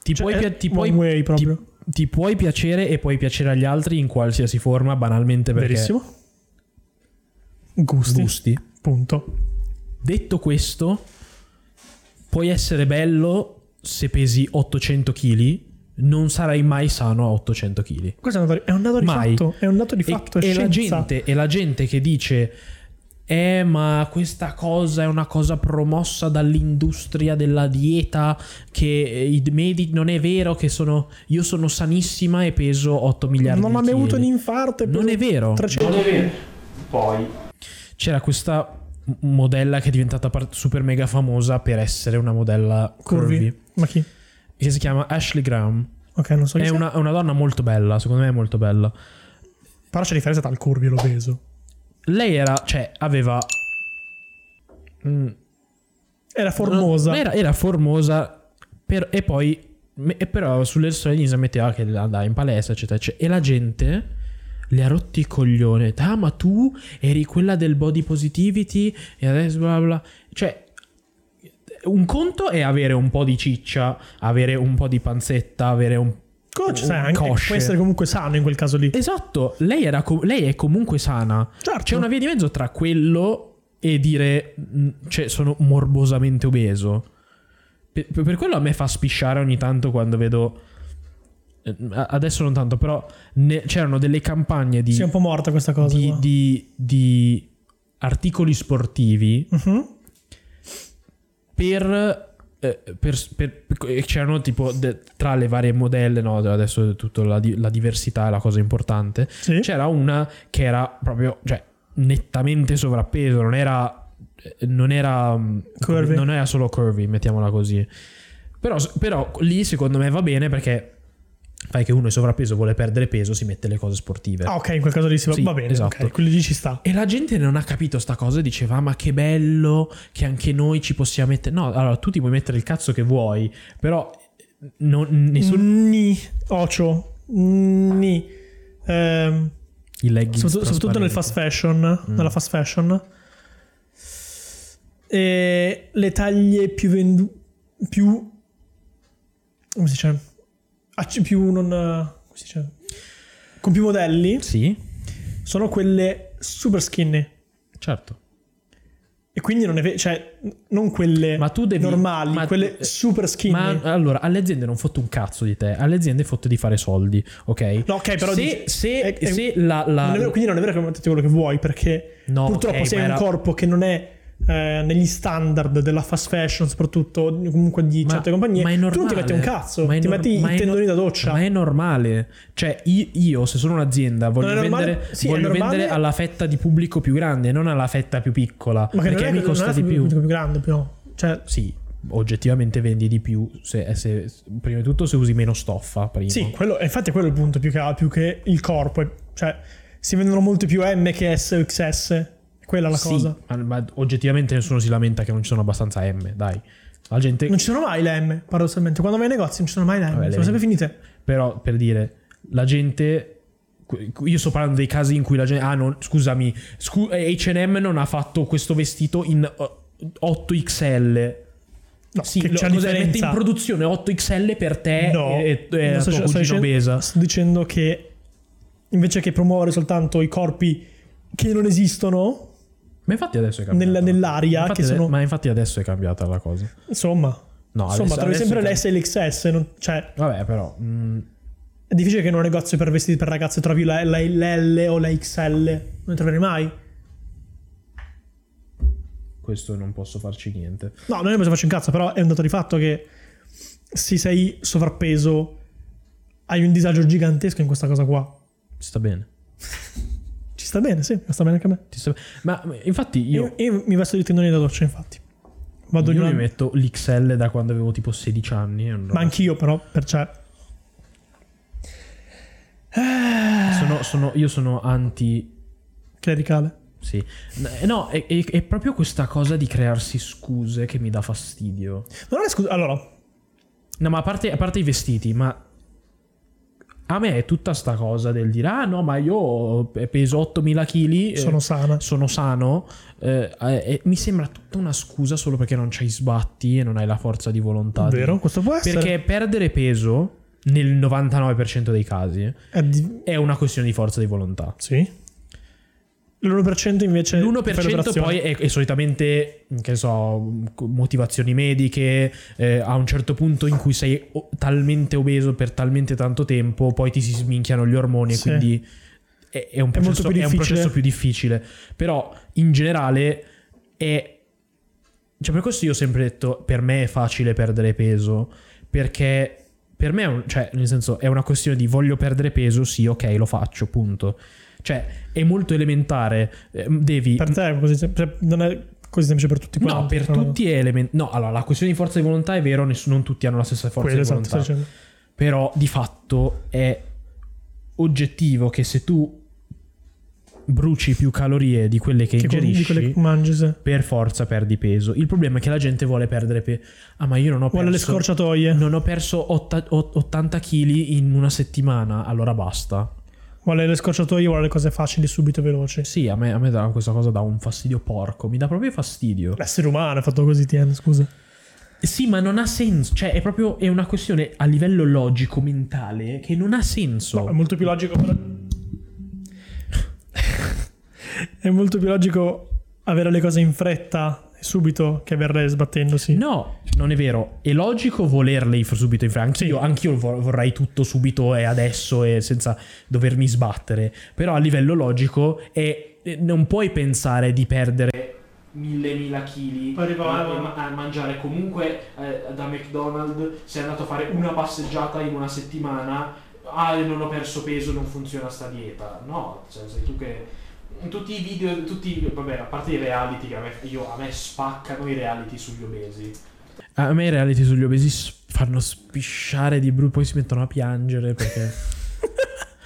Speaker 2: ti
Speaker 1: Cioè,
Speaker 2: puoi,
Speaker 1: è
Speaker 2: pia- ti,
Speaker 1: one
Speaker 2: puoi,
Speaker 1: way
Speaker 2: ti-
Speaker 1: proprio.
Speaker 2: ti puoi piacere e puoi piacere agli altri in qualsiasi forma, banalmente perché...
Speaker 1: verissimo gusti,
Speaker 2: Gusti.
Speaker 1: punto
Speaker 2: Detto questo, puoi essere bello se pesi 800 kg, non sarai mai sano a 800 kg.
Speaker 1: Questo è un dato, è un dato di
Speaker 2: Mai.
Speaker 1: fatto. È un dato di fatto. è
Speaker 2: e, e la
Speaker 1: scienza.
Speaker 2: gente, e la gente che dice: Eh, ma questa cosa è una cosa promossa dall'industria della dieta. Che i medici non è vero che sono. Io sono sanissima e peso 8 miliardi
Speaker 1: Non ho
Speaker 2: di
Speaker 1: mai avuto un
Speaker 2: chili."
Speaker 1: infarto. e
Speaker 2: Non
Speaker 1: poi-
Speaker 2: è vero.
Speaker 1: 300.
Speaker 4: Non è vero. Poi,
Speaker 2: C'era questa m- modella che è diventata par- super mega famosa per essere una modella curvy,
Speaker 1: Curvi. Ma chi?
Speaker 2: che si chiama Ashley Graham.
Speaker 1: Ok, non so chi
Speaker 2: È
Speaker 1: sia.
Speaker 2: una- è una donna molto bella, secondo me è molto bella.
Speaker 1: Però c'è differenza tra il curvi e l'obeso.
Speaker 2: Lei era, cioè, aveva
Speaker 1: Era formosa.
Speaker 2: No, Era, era formosa, per- e poi. me- e però sulle storie di Instagram metteva che andava in palestra, eccetera, eccetera. E la gente le ha rotti i coglioni. Ha detto, Ah, ma tu eri quella del body positivity e adesso bla bla. bla." Cioè, un conto è avere un po' di ciccia, avere un po' di panzetta, avere un.
Speaker 1: Cosa ci sai
Speaker 2: un
Speaker 1: anche?
Speaker 2: cosce.
Speaker 1: Può essere comunque sano in quel caso lì.
Speaker 2: Esatto, lei, era co- lei è comunque sana.
Speaker 1: Certo.
Speaker 2: C'è una via di mezzo tra quello e dire "Mm, cioè, sono morbosamente obeso. Per, per- per quello a me fa spisciare ogni tanto quando vedo. eh, a- Adesso non tanto, però ne- c'erano delle campagne di,
Speaker 1: Sì, è un po' morta questa cosa.
Speaker 2: di-
Speaker 1: qua.
Speaker 2: di- di articoli sportivi
Speaker 1: Mhm.
Speaker 2: per, eh, per- per- per- c'erano tipo de- tra le varie modelle no, adesso è tutto la, di- la diversità è la cosa importante
Speaker 1: Sì.
Speaker 2: c'era una che era proprio cioè, nettamente sovrappeso non era eh, non era mm,
Speaker 1: Curvy.
Speaker 2: non era solo curvy mettiamola così però, però lì secondo me va bene perché fai che uno è sovrappeso vuole perdere peso si mette le cose sportive
Speaker 1: Ah, ok, in quel caso lì si va,
Speaker 2: Sì,
Speaker 1: va bene.
Speaker 2: esatto.
Speaker 1: Ok, quello lì ci sta.
Speaker 2: e la gente non ha capito sta cosa e diceva: "Ah, Ma che bello che anche noi ci possiamo mettere. No, allora tu ti puoi mettere il cazzo che vuoi, però mm, non-
Speaker 1: Mm.
Speaker 2: nessun.
Speaker 1: Ni. Ocio. Ni. Ehm,
Speaker 2: I leggings
Speaker 1: soprattutto, soprattutto nel
Speaker 2: trasparenti.
Speaker 1: fast fashion.
Speaker 2: Mm.
Speaker 1: Nella fast fashion. E le taglie più vendute. Più. Come si dice? Acc- più non. Come si dice? Con più modelli
Speaker 2: Sì,
Speaker 1: sono quelle super skinny.
Speaker 2: certo.
Speaker 1: E quindi non è vero, cioè, n- non quelle
Speaker 2: Ma tu devi-
Speaker 1: normali,
Speaker 2: ma-
Speaker 1: quelle
Speaker 2: eh,
Speaker 1: super skinny.
Speaker 2: Ma allora, alle aziende non fotte un cazzo di te, alle aziende fotte di fare soldi, ok?
Speaker 1: No, ok, però
Speaker 2: se,
Speaker 1: dici-
Speaker 2: se,
Speaker 1: è- è-
Speaker 2: se la. la-
Speaker 1: Non è vero- quindi non è vero che mettete quello che vuoi, perché
Speaker 2: No,
Speaker 1: purtroppo
Speaker 2: ok,
Speaker 1: se
Speaker 2: ma
Speaker 1: hai un
Speaker 2: era-
Speaker 1: corpo che non è eh, negli standard della fast fashion, soprattutto comunque di
Speaker 2: Ma-
Speaker 1: certe compagnie,
Speaker 2: ma è
Speaker 1: tu non
Speaker 2: normale.
Speaker 1: ti metti un cazzo,
Speaker 2: Ma è
Speaker 1: ti
Speaker 2: nor-
Speaker 1: metti
Speaker 2: ma è
Speaker 1: i tendoni
Speaker 2: nor-
Speaker 1: da doccia.
Speaker 2: Ma è normale. Cioè, i- io, se sono un'azienda, voglio,
Speaker 1: normale?
Speaker 2: vendere,
Speaker 1: Sì, è
Speaker 2: voglio
Speaker 1: normale.
Speaker 2: vendere alla fetta di pubblico più grande, non alla fetta più piccola.
Speaker 1: Ma che non
Speaker 2: perché
Speaker 1: è
Speaker 2: mi
Speaker 1: che non
Speaker 2: costa
Speaker 1: è
Speaker 2: di
Speaker 1: più,
Speaker 2: più.
Speaker 1: più grande, più. Cioè,
Speaker 2: Sì, oggettivamente vendi di più. Se, eh, se- prima di tutto, se usi meno stoffa. Prima.
Speaker 1: sì, quello, eh, infatti quello è il punto più che ha, più che il corpo. Cioè, si vendono molto più M che S o XS. Quella è la
Speaker 2: Sì,
Speaker 1: cosa.
Speaker 2: ma, ma oggettivamente nessuno si lamenta che non ci sono abbastanza M, dai. La gente,
Speaker 1: Non ci sono mai le M, paradossalmente. Quando vai ai negozi non ci sono mai le M,
Speaker 2: Vabbè, le
Speaker 1: sono sempre finite.
Speaker 2: però per dire, la gente. Io sto parlando dei casi in cui la gente. Ah, no, scusami, scu- HM non ha fatto questo vestito in eh, 8XL.
Speaker 1: No,
Speaker 2: Sì,
Speaker 1: che
Speaker 2: lo-
Speaker 1: c'è la
Speaker 2: cos'è? Mette in
Speaker 1: differenza.
Speaker 2: produzione 8XL per te
Speaker 1: No,
Speaker 2: e, e la
Speaker 1: sto,
Speaker 2: tua
Speaker 1: sto
Speaker 2: cugina
Speaker 1: dicendo,
Speaker 2: eh, obesa.
Speaker 1: sto dicendo che invece che promuovere soltanto i corpi che non esistono,
Speaker 2: Ma infatti adesso è cambiata.
Speaker 1: Nella- nell'aria
Speaker 2: Infatti
Speaker 1: che
Speaker 2: ade-
Speaker 1: sono-
Speaker 2: Ma infatti adesso è cambiata la cosa.
Speaker 1: insomma,
Speaker 2: No, adesso-
Speaker 1: insomma trovi
Speaker 2: adesso
Speaker 1: sempre
Speaker 2: è
Speaker 1: l'S e l'XS. non- cioè,
Speaker 2: Vabbè, però. mm,
Speaker 1: è difficile che in un negozio per vestiti per ragazze trovi la, la- l'L o la XL. Non ne troverai mai.
Speaker 2: questo non posso farci niente.
Speaker 1: No, non è che faccio un cazzo, però è un dato di fatto che se sei sovrappeso hai un disagio gigantesco in questa cosa qua.
Speaker 2: Ci sta bene.
Speaker 1: Ci sta bene, sì, sta bene anche a me.
Speaker 2: Ci sta- Ma ma infatti io.
Speaker 1: Io, io mi vesto di tendoni da doccia, infatti. Vado in
Speaker 2: Io
Speaker 1: una-
Speaker 2: mi metto l'XL da quando avevo tipo 16 anni. e non-
Speaker 1: Ma anch'io, però, per cioè.
Speaker 2: sono, sono- io sono anti.
Speaker 1: Clericale.
Speaker 2: Sì. N- No, è, è- è proprio questa cosa di crearsi scuse che mi dà fastidio.
Speaker 1: Non è scusa. Allora,
Speaker 2: No, ma a parte, a parte i vestiti, ma. A me è tutta sta cosa del dire: ah no, ma io peso 8000 kg.
Speaker 1: sono sana.
Speaker 2: sono sano, eh, eh, eh, mi sembra tutta una scusa solo perché non c'hai sbatti e non hai la forza di volontà. Ah, di-
Speaker 1: Vero? Questo può essere.
Speaker 2: Perché perdere peso, nel 99% dei casi,
Speaker 1: È di-
Speaker 2: è una questione di forza di volontà.
Speaker 1: Sì. L'1% invece fai
Speaker 2: L'1%
Speaker 1: l'operazione.
Speaker 2: poi è, è solitamente, che so, motivazioni mediche, eh, a un certo punto in cui sei o- talmente obeso per talmente tanto tempo, poi ti si sminchiano gli ormoni
Speaker 1: Sì.
Speaker 2: e quindi è, è un
Speaker 1: È molto
Speaker 2: processo,
Speaker 1: più
Speaker 2: è un
Speaker 1: difficile.
Speaker 2: processo più difficile. Però in generale è... Cioè per questo io ho sempre detto, per me è facile perdere peso, perché per me è, un- cioè, nel senso, è una questione di voglio perdere peso, sì, ok, lo faccio, punto. Cioè, è molto elementare. eh, Devi
Speaker 1: Per te è così, sem- cioè, non è così semplice per tutti
Speaker 2: No,
Speaker 1: quanti, cioè,
Speaker 2: per
Speaker 1: però-
Speaker 2: tutti è elementare. No, allora, la questione di forza di volontà è vero, nessuno, non tutti hanno la stessa forza
Speaker 1: Quello,
Speaker 2: di
Speaker 1: esatto,
Speaker 2: volontà.
Speaker 1: sto dicendo.
Speaker 2: Però di fatto è oggettivo che se tu bruci più calorie di quelle che,
Speaker 1: Che con- di
Speaker 2: ingerisci,
Speaker 1: quelle che mangi, sì.
Speaker 2: per forza perdi peso. Il problema è che la gente vuole perdere peso. Ah, ma io non ho
Speaker 1: Vuole le
Speaker 2: perso
Speaker 1: scorciatoie,
Speaker 2: non ho perso otta- o- 80 kg in una settimana, allora basta.
Speaker 1: vuole le scorciatoie, vuole le cose facili, subito, veloci.
Speaker 2: Sì, a me, a me dà- questa cosa dà un fastidio porco, mi dà proprio fastidio.
Speaker 1: L'essere umano è fatto così, Tien, scusa.
Speaker 2: Sì, ma non ha senso. Cioè, è proprio è una questione a livello logico, mentale, che non ha senso.
Speaker 1: È molto più logico. però- è molto più logico avere le cose in fretta e subito che averle sbattendosi.
Speaker 2: No, non è vero. È logico volerle in- subito in Francia. Anch'io, anch'io vor- vorrei tutto subito e adesso e senza dovermi sbattere. Però a livello logico è- eh, non puoi pensare di perdere.
Speaker 4: mille mila chili
Speaker 1: Poi arriva-
Speaker 4: a, a- a mangiare comunque eh, da McDonald's sei andato a fare una passeggiata in una settimana ah non ho perso peso non funziona sta dieta no cioè sei tu che in tutti i video tutti vabbè a parte i reality che a me, io- a me spaccano i reality sugli obesi
Speaker 2: A me i reality sugli obesi s- fanno spisciare di brutto, poi si mettono a piangere perché.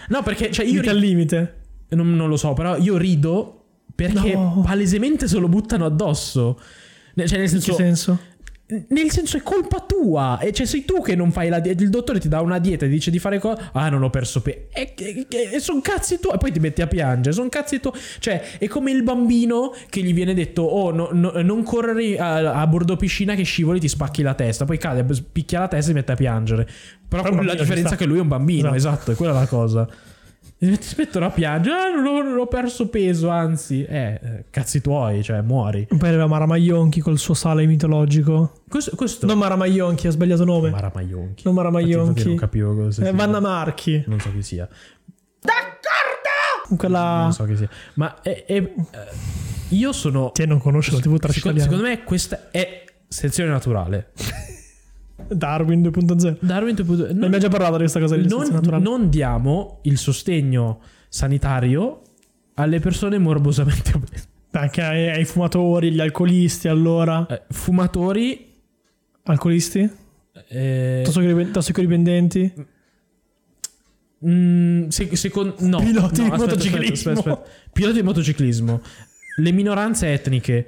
Speaker 2: no, perché cioè, io
Speaker 1: Limite al limite.
Speaker 2: Non, non lo so, però io rido perché
Speaker 1: No.
Speaker 2: palesemente se lo buttano addosso. Ne- Cioè, nel
Speaker 1: In che
Speaker 2: senso,
Speaker 1: senso?
Speaker 2: nel senso è colpa tua. E cioè, sei tu che non fai la dieta. Il dottore ti dà una dieta e dice di fare cosa. Ah, non ho perso peso. E, sono cazzi tuoi. E poi ti metti a piangere. Sono cazzi tuoi. Cioè, è come il bambino che gli viene detto: Oh, no- no- non correre a, a bordo piscina che scivoli ti spacchi la testa. Poi cade, b- picchia la testa e si mette a piangere.
Speaker 1: Però
Speaker 2: Però,
Speaker 1: il
Speaker 2: la
Speaker 1: bambino ci
Speaker 2: differenza
Speaker 1: sta.
Speaker 2: è che lui è un bambino.
Speaker 1: Esatto.
Speaker 2: Esatto, è quella la cosa. E Ti mettono a piangere, ah, non ho, non ho perso peso, anzi, eh, eh, cazzi tuoi, cioè muori.
Speaker 1: Poi aveva Maramaglionchi col suo sale mitologico.
Speaker 2: Questo, questo
Speaker 1: Non Maramaglionchi, ho sbagliato nome.
Speaker 2: Mara Maionchi.
Speaker 1: Non Mara
Speaker 2: Infatti- infatti
Speaker 1: Maionchi.
Speaker 2: Non capivo cosa
Speaker 1: Eh,
Speaker 2: sia.
Speaker 1: Vanna Marchi.
Speaker 2: Non so chi sia.
Speaker 1: Quella. Ah.
Speaker 2: Non so chi sia. Ma è- è- eh, io sono.
Speaker 1: Te non conosce la TV trash
Speaker 2: Secondo,
Speaker 1: italiana.
Speaker 2: secondo me questa è sezione naturale.
Speaker 1: Darwin 2.0.
Speaker 2: Darwin 2.0.
Speaker 1: Ne abbiamo già parlato di questa cosa di
Speaker 2: non,
Speaker 1: non, naturale.
Speaker 2: non diamo il sostegno sanitario alle persone morbosamente obese.
Speaker 1: Anche ai, ai fumatori, agli alcolisti, allora.
Speaker 2: Eh, fumatori.
Speaker 1: Alcolisti?
Speaker 2: eh,
Speaker 1: Tossicodipen- Tossicodipendenti?
Speaker 2: Mm, se- secondo no,
Speaker 1: Piloti
Speaker 2: no,
Speaker 1: di motociclismo.
Speaker 2: Piloti di motociclismo, le minoranze etniche,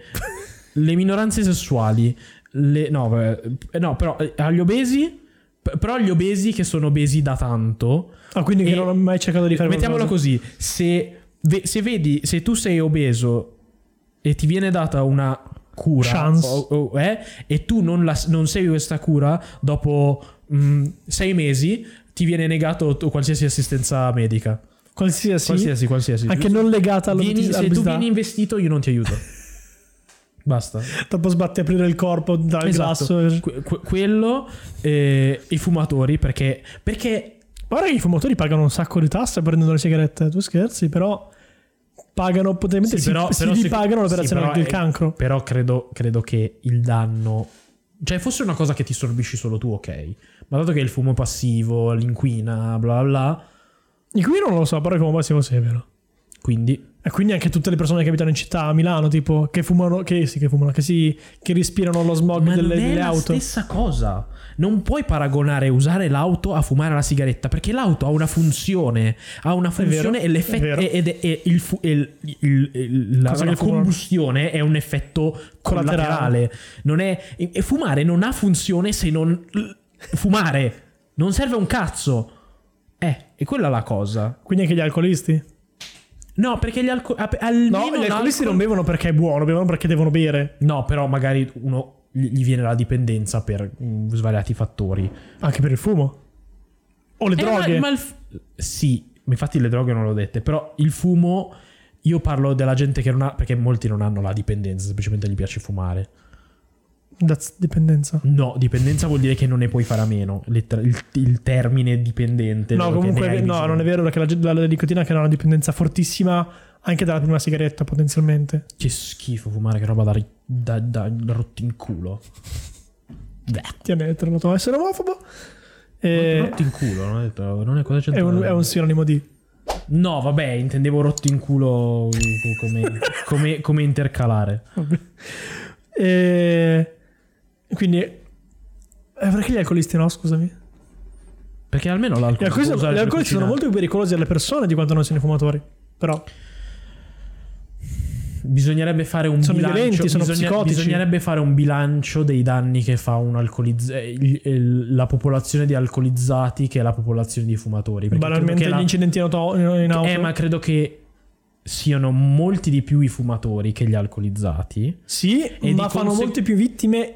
Speaker 2: le minoranze sessuali, le- no, vabbè, eh, no, però eh, agli obesi, p- però agli obesi che sono obesi da tanto.
Speaker 1: Ah, quindi che
Speaker 2: E-
Speaker 1: non ho mai cercato di fare
Speaker 2: Eh, Mettiamolo
Speaker 1: qualcosa.
Speaker 2: così, se, ve- se vedi, se tu sei obeso e ti viene data una cura
Speaker 1: Chance.
Speaker 2: o- o- eh, e tu non, la- non segui questa cura dopo mm, sei mesi ti viene negato t- qualsiasi assistenza medica
Speaker 1: Qualsiasi.
Speaker 2: qualsiasi qualsiasi
Speaker 1: Anche non legata alla
Speaker 2: Vieni- se tu
Speaker 1: all'obesità.
Speaker 2: vieni investito io non ti aiuto basta
Speaker 1: Dopo sbatti a aprire il corpo dal
Speaker 2: Esatto.
Speaker 1: grasso.
Speaker 2: Que- que- quello eh, i fumatori perché perché
Speaker 1: Guarda che i fumatori pagano un sacco di tasse prendendo le sigarette. Tu scherzi, però pagano potenzialmente.
Speaker 2: Sì,
Speaker 1: si,
Speaker 2: però-
Speaker 1: si
Speaker 2: però
Speaker 1: ripagano
Speaker 2: sì,
Speaker 1: l'operazione
Speaker 2: però
Speaker 1: del
Speaker 2: è-
Speaker 1: cancro.
Speaker 2: Però credo, credo che il danno. Cioè, fosse una cosa che ti sorbisci solo tu, ok. Ma dato che il fumo passivo, l'inquina, bla bla bla.
Speaker 1: E qui non lo so, però il fumo passivo sì, è vero.
Speaker 2: Quindi.
Speaker 1: E quindi anche tutte le persone che abitano in città a Milano, tipo, che fumano, che sì, che fumano, che si, che respirano lo smog
Speaker 2: Ma
Speaker 1: delle,
Speaker 2: non è
Speaker 1: delle
Speaker 2: la
Speaker 1: auto.
Speaker 2: stessa cosa. Non puoi paragonare usare l'auto a fumare la sigaretta. Perché l'auto ha una funzione. Ha una funzione
Speaker 1: vero,
Speaker 2: e l'effetto.
Speaker 1: è vero.
Speaker 2: Ed è, e il fu- e il- il- il- la,
Speaker 1: Cosa che
Speaker 2: la
Speaker 1: fumano.
Speaker 2: combustione è un effetto
Speaker 1: Collaterale.
Speaker 2: collaterale. Non è, e e fumare non ha funzione se non. Fumare. Non serve un cazzo. Eh, è quella la cosa.
Speaker 1: Quindi anche gli alcolisti?
Speaker 2: No, perché gli alco- ap-
Speaker 1: No,
Speaker 2: almeno
Speaker 1: gli alcolisti
Speaker 2: l'alcol-
Speaker 1: non bevono perché è buono, bevono perché devono bere.
Speaker 2: No, però magari uno gli gli viene la dipendenza per mm, svariati fattori.
Speaker 1: Anche per il fumo. O le
Speaker 2: Eh,
Speaker 1: droghe.
Speaker 2: ma- ma il f- sì, ma infatti le droghe non l'ho dette, però il fumo Io parlo della gente che non ha, perché molti non hanno la dipendenza, semplicemente gli piace fumare.
Speaker 1: That's dipendenza.
Speaker 2: No, dipendenza vuol dire che non ne puoi fare a meno. letter- il, il termine dipendente.
Speaker 1: No,
Speaker 2: quello che ne
Speaker 1: comunque
Speaker 2: hai
Speaker 1: no,
Speaker 2: bisogno.
Speaker 1: non è vero perché la, la, la nicotina che ha una dipendenza fortissima anche dalla prima sigaretta potenzialmente.
Speaker 2: Che schifo fumare, che roba da, ri- da, da, da rotto in culo.
Speaker 1: Ti hanno tornato a essere omofobo. E-
Speaker 2: Rotto in culo, non ho detto- non è cosa
Speaker 1: Eh. è,
Speaker 2: c'entra.
Speaker 1: un, è un sinonimo di...
Speaker 2: No, vabbè, intendevo rotto in culo eh, come, come- come intercalare.
Speaker 1: E... eh, Quindi... eh, perché gli alcolisti no, scusami?
Speaker 2: Perché almeno l'alcol
Speaker 1: Gli alcolisti,
Speaker 2: può usare
Speaker 1: gli
Speaker 2: per
Speaker 1: alcolisti sono
Speaker 2: cucinare.
Speaker 1: molto più pericolosi alle persone di quanto non siano i fumatori. Però...
Speaker 2: Bisognerebbe fare un
Speaker 1: Sono
Speaker 2: bilancio.
Speaker 1: violenti, sono psicotici.
Speaker 2: bisognerebbe fare un bilancio dei danni che fa un alcolizz- eh, il- il- la popolazione di alcolizzati che è la popolazione di fumatori. Perché credo
Speaker 1: Banalmente
Speaker 2: che
Speaker 1: gli
Speaker 2: la-
Speaker 1: incidenti in auto, in- in auto.
Speaker 2: Eh, ma credo che siano molti di più i fumatori che gli alcolizzati.
Speaker 1: Sì,
Speaker 2: di
Speaker 1: ma fanno
Speaker 2: conse-
Speaker 1: molte più vittime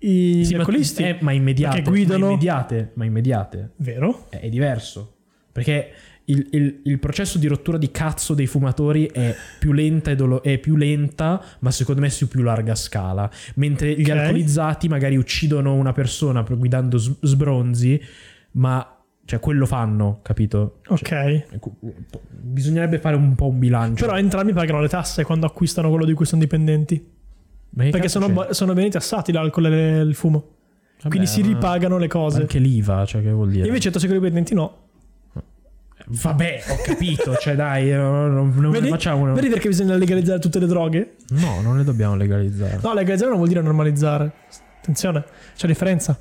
Speaker 1: i gli
Speaker 2: Sì, ma-
Speaker 1: alcolisti.
Speaker 2: eh, ma immediate.
Speaker 1: Perché guidano-
Speaker 2: Ma immediate. Ma immediate.
Speaker 1: Vero?
Speaker 2: è, è diverso. Perché il, il- il processo di rottura di cazzo dei fumatori è più lenta, e dolo- è più lenta ma secondo me su più larga scala. Mentre gli
Speaker 1: Ok.
Speaker 2: alcolizzati magari uccidono una persona per- guidando s- sbronzi, ma cioè, quello fanno, capito? Cioè,
Speaker 1: Ok.
Speaker 2: ecco, bisognerebbe fare un po' un bilancio.
Speaker 1: Però entrambi pagano le tasse quando acquistano quello di cui sono dipendenti.
Speaker 2: Ma che
Speaker 1: perché
Speaker 2: cazzo
Speaker 1: sono,
Speaker 2: c'è?
Speaker 1: bo- sono bene tassati l'alcol e il fumo.
Speaker 2: Vabbè,
Speaker 1: Quindi si
Speaker 2: ma-
Speaker 1: ripagano le cose.
Speaker 2: Anche l'IVA, cioè che vuol dire?
Speaker 1: Invece il tossicodipendenti no.
Speaker 2: Vabbè, ho capito, cioè dai, no, no, non, non
Speaker 1: Vedi,
Speaker 2: facciamo...
Speaker 1: vedi perché bisogna legalizzare tutte le droghe?
Speaker 2: No, non le dobbiamo legalizzare.
Speaker 1: No, legalizzare non vuol dire normalizzare. Attenzione, c'è differenza.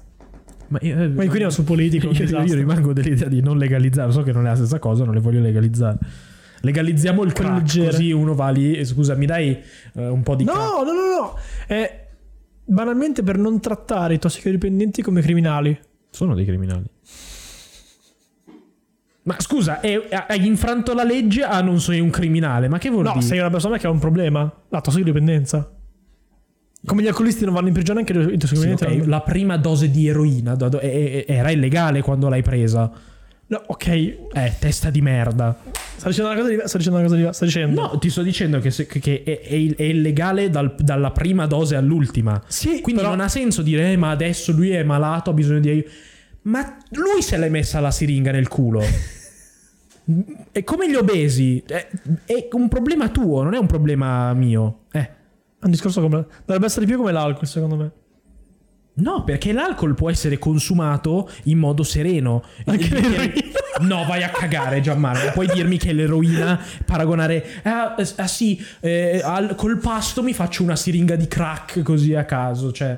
Speaker 2: Ma eh, io,
Speaker 1: Ma qui non sono politico, un
Speaker 2: Io, io
Speaker 1: disastro.
Speaker 2: rimango dell'idea di non legalizzare. So che non è la stessa cosa, non le voglio legalizzare. Legalizziamo il
Speaker 1: Quelle
Speaker 2: crack
Speaker 1: leggere.
Speaker 2: così uno va lì. eh, Scusa, mi dai eh, un po' di
Speaker 1: No,
Speaker 2: crack?
Speaker 1: no, no, no. È banalmente per non trattare i tossicodipendenti come criminali.
Speaker 2: Sono dei criminali. Ma scusa, eh, hai infranto la legge? Ah, non sei un criminale. Ma che vuol
Speaker 1: No,
Speaker 2: dire?
Speaker 1: sei una persona che ha un problema. La tossicodipendenza. Come gli alcolisti non vanno in prigione, anche i
Speaker 2: Sì,
Speaker 1: tossicodipendenti.
Speaker 2: ok,
Speaker 1: non-
Speaker 2: La prima dose di eroina do- do- eh, eh, era illegale quando l'hai presa.
Speaker 1: No, ok,
Speaker 2: Eh, testa di merda.
Speaker 1: sta dicendo una cosa diversa. Sta dicendo una cosa diversa. Sta dicendo.
Speaker 2: No, ti sto dicendo che, se- che è, è- è illegale dal- dalla prima dose all'ultima.
Speaker 1: Sì,
Speaker 2: Quindi
Speaker 1: però-
Speaker 2: non ha senso dire, "Eh, ma adesso lui è malato, ha bisogno di aiuto. Ma lui se l'è messa la siringa nel culo. è come gli obesi. È, è un problema tuo, non è un problema mio. Eh.
Speaker 1: È un discorso come. Dovrebbe essere più come l'alcol, secondo me.
Speaker 2: No, perché l'alcol può essere consumato in modo sereno.
Speaker 1: Anche
Speaker 2: Il bicchiere-
Speaker 1: l'eroina.
Speaker 2: No, vai a cagare, Gianmarco. Non Puoi dirmi che l'eroina paragonare. Ah, eh, ah, sì, eh, al- col pasto mi faccio una siringa di crack così a caso. Cioè,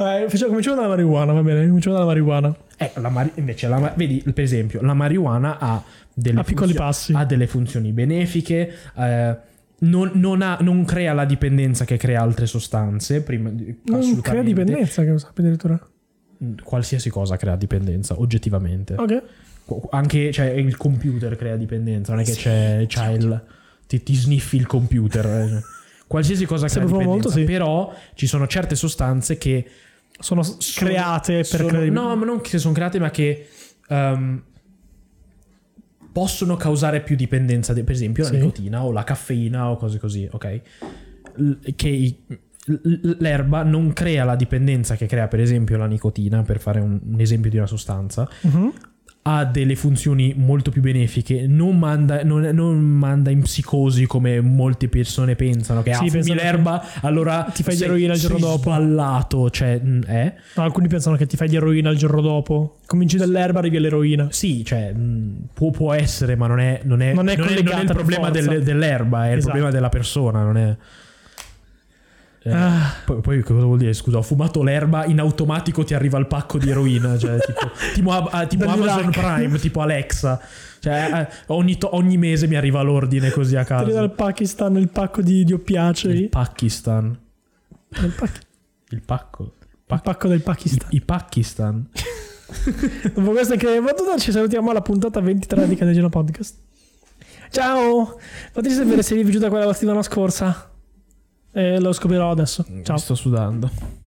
Speaker 1: Eh, facciamo- cominciamo dalla marijuana, va bene? Cominciamo dalla marijuana.
Speaker 2: eh, la mari- invece, la ma- vedi, per esempio, la marijuana ha delle,
Speaker 1: Ha piccoli passi.
Speaker 2: ha delle funzioni benefiche. eh, non, non ha- non crea la dipendenza che crea altre sostanze. Prima, di-
Speaker 1: Non crea
Speaker 2: assolutamente.
Speaker 1: dipendenza, che lo sappi addirittura.
Speaker 2: Qualsiasi cosa crea dipendenza, oggettivamente.
Speaker 1: Ok.
Speaker 2: Qu- anche cioè, il computer crea dipendenza, non è che c'è,
Speaker 1: certo.
Speaker 2: c'ha il, ti, ti sniffi il computer. eh. Qualsiasi cosa
Speaker 1: Se
Speaker 2: crea
Speaker 1: provo
Speaker 2: dipendenza,
Speaker 1: molto, sì.
Speaker 2: però ci sono certe sostanze che
Speaker 1: Sono,
Speaker 2: sono-
Speaker 1: create per
Speaker 2: sono-
Speaker 1: creare.
Speaker 2: No, ma non che sono create, ma che ehm, possono causare più dipendenza, de- per esempio
Speaker 1: Sì.
Speaker 2: la nicotina o la caffeina o cose così, ok? L- che i- l- l- l'erba non crea la dipendenza che crea, per esempio, la nicotina, per fare un- un esempio di una sostanza
Speaker 1: Mhm.
Speaker 2: ha delle funzioni molto più benefiche, non manda, non, non manda in psicosi come molte persone pensano, che
Speaker 1: Sì,
Speaker 2: ah, fumi
Speaker 1: pensano che
Speaker 2: l'erba, allora
Speaker 1: ti fai
Speaker 2: sei-
Speaker 1: l'eroina il
Speaker 2: sei
Speaker 1: giorno dopo.
Speaker 2: sballato, cioè, mm, eh?
Speaker 1: No, alcuni pensano che ti fai l'eroina il giorno dopo. Cominci dall'erba, arrivi all'eroina.
Speaker 2: Sì, cioè, mm, può, può essere, ma non è, non è,
Speaker 1: Non è collegata
Speaker 2: non è il
Speaker 1: per
Speaker 2: problema
Speaker 1: forza.
Speaker 2: del- dell'erba, è il
Speaker 1: Esatto.
Speaker 2: problema della persona, non è... Eh,
Speaker 1: Ah.
Speaker 2: poi, poi cosa vuol dire? Scusa, ho fumato l'erba, in automatico ti arriva il pacco di eroina, cioè, tipo, tipo Ab- ah, tipo
Speaker 1: Dall'Iraq.
Speaker 2: Amazon Prime, tipo Alexa. Cioè, eh, ogni, to- ogni mese mi arriva l'ordine così a
Speaker 1: Arrivi
Speaker 2: caso.
Speaker 1: dal Pakistan il pacco di, di
Speaker 2: Il
Speaker 1: oppiacei.
Speaker 2: Pakistan.
Speaker 1: Il, pac- il
Speaker 2: Il pacco. Il pac-
Speaker 1: pacco del Pakistan.
Speaker 2: I Pakistan.
Speaker 1: Dopo questa battuta ci salutiamo alla puntata 23 di Cadegino Podcast. Ciao! Fateci sapere
Speaker 2: Mm,
Speaker 1: se vi è piaciuta quella la settimana scorsa. Eh, lo scoprirò adesso. Ciao.
Speaker 2: Mi sto sudando.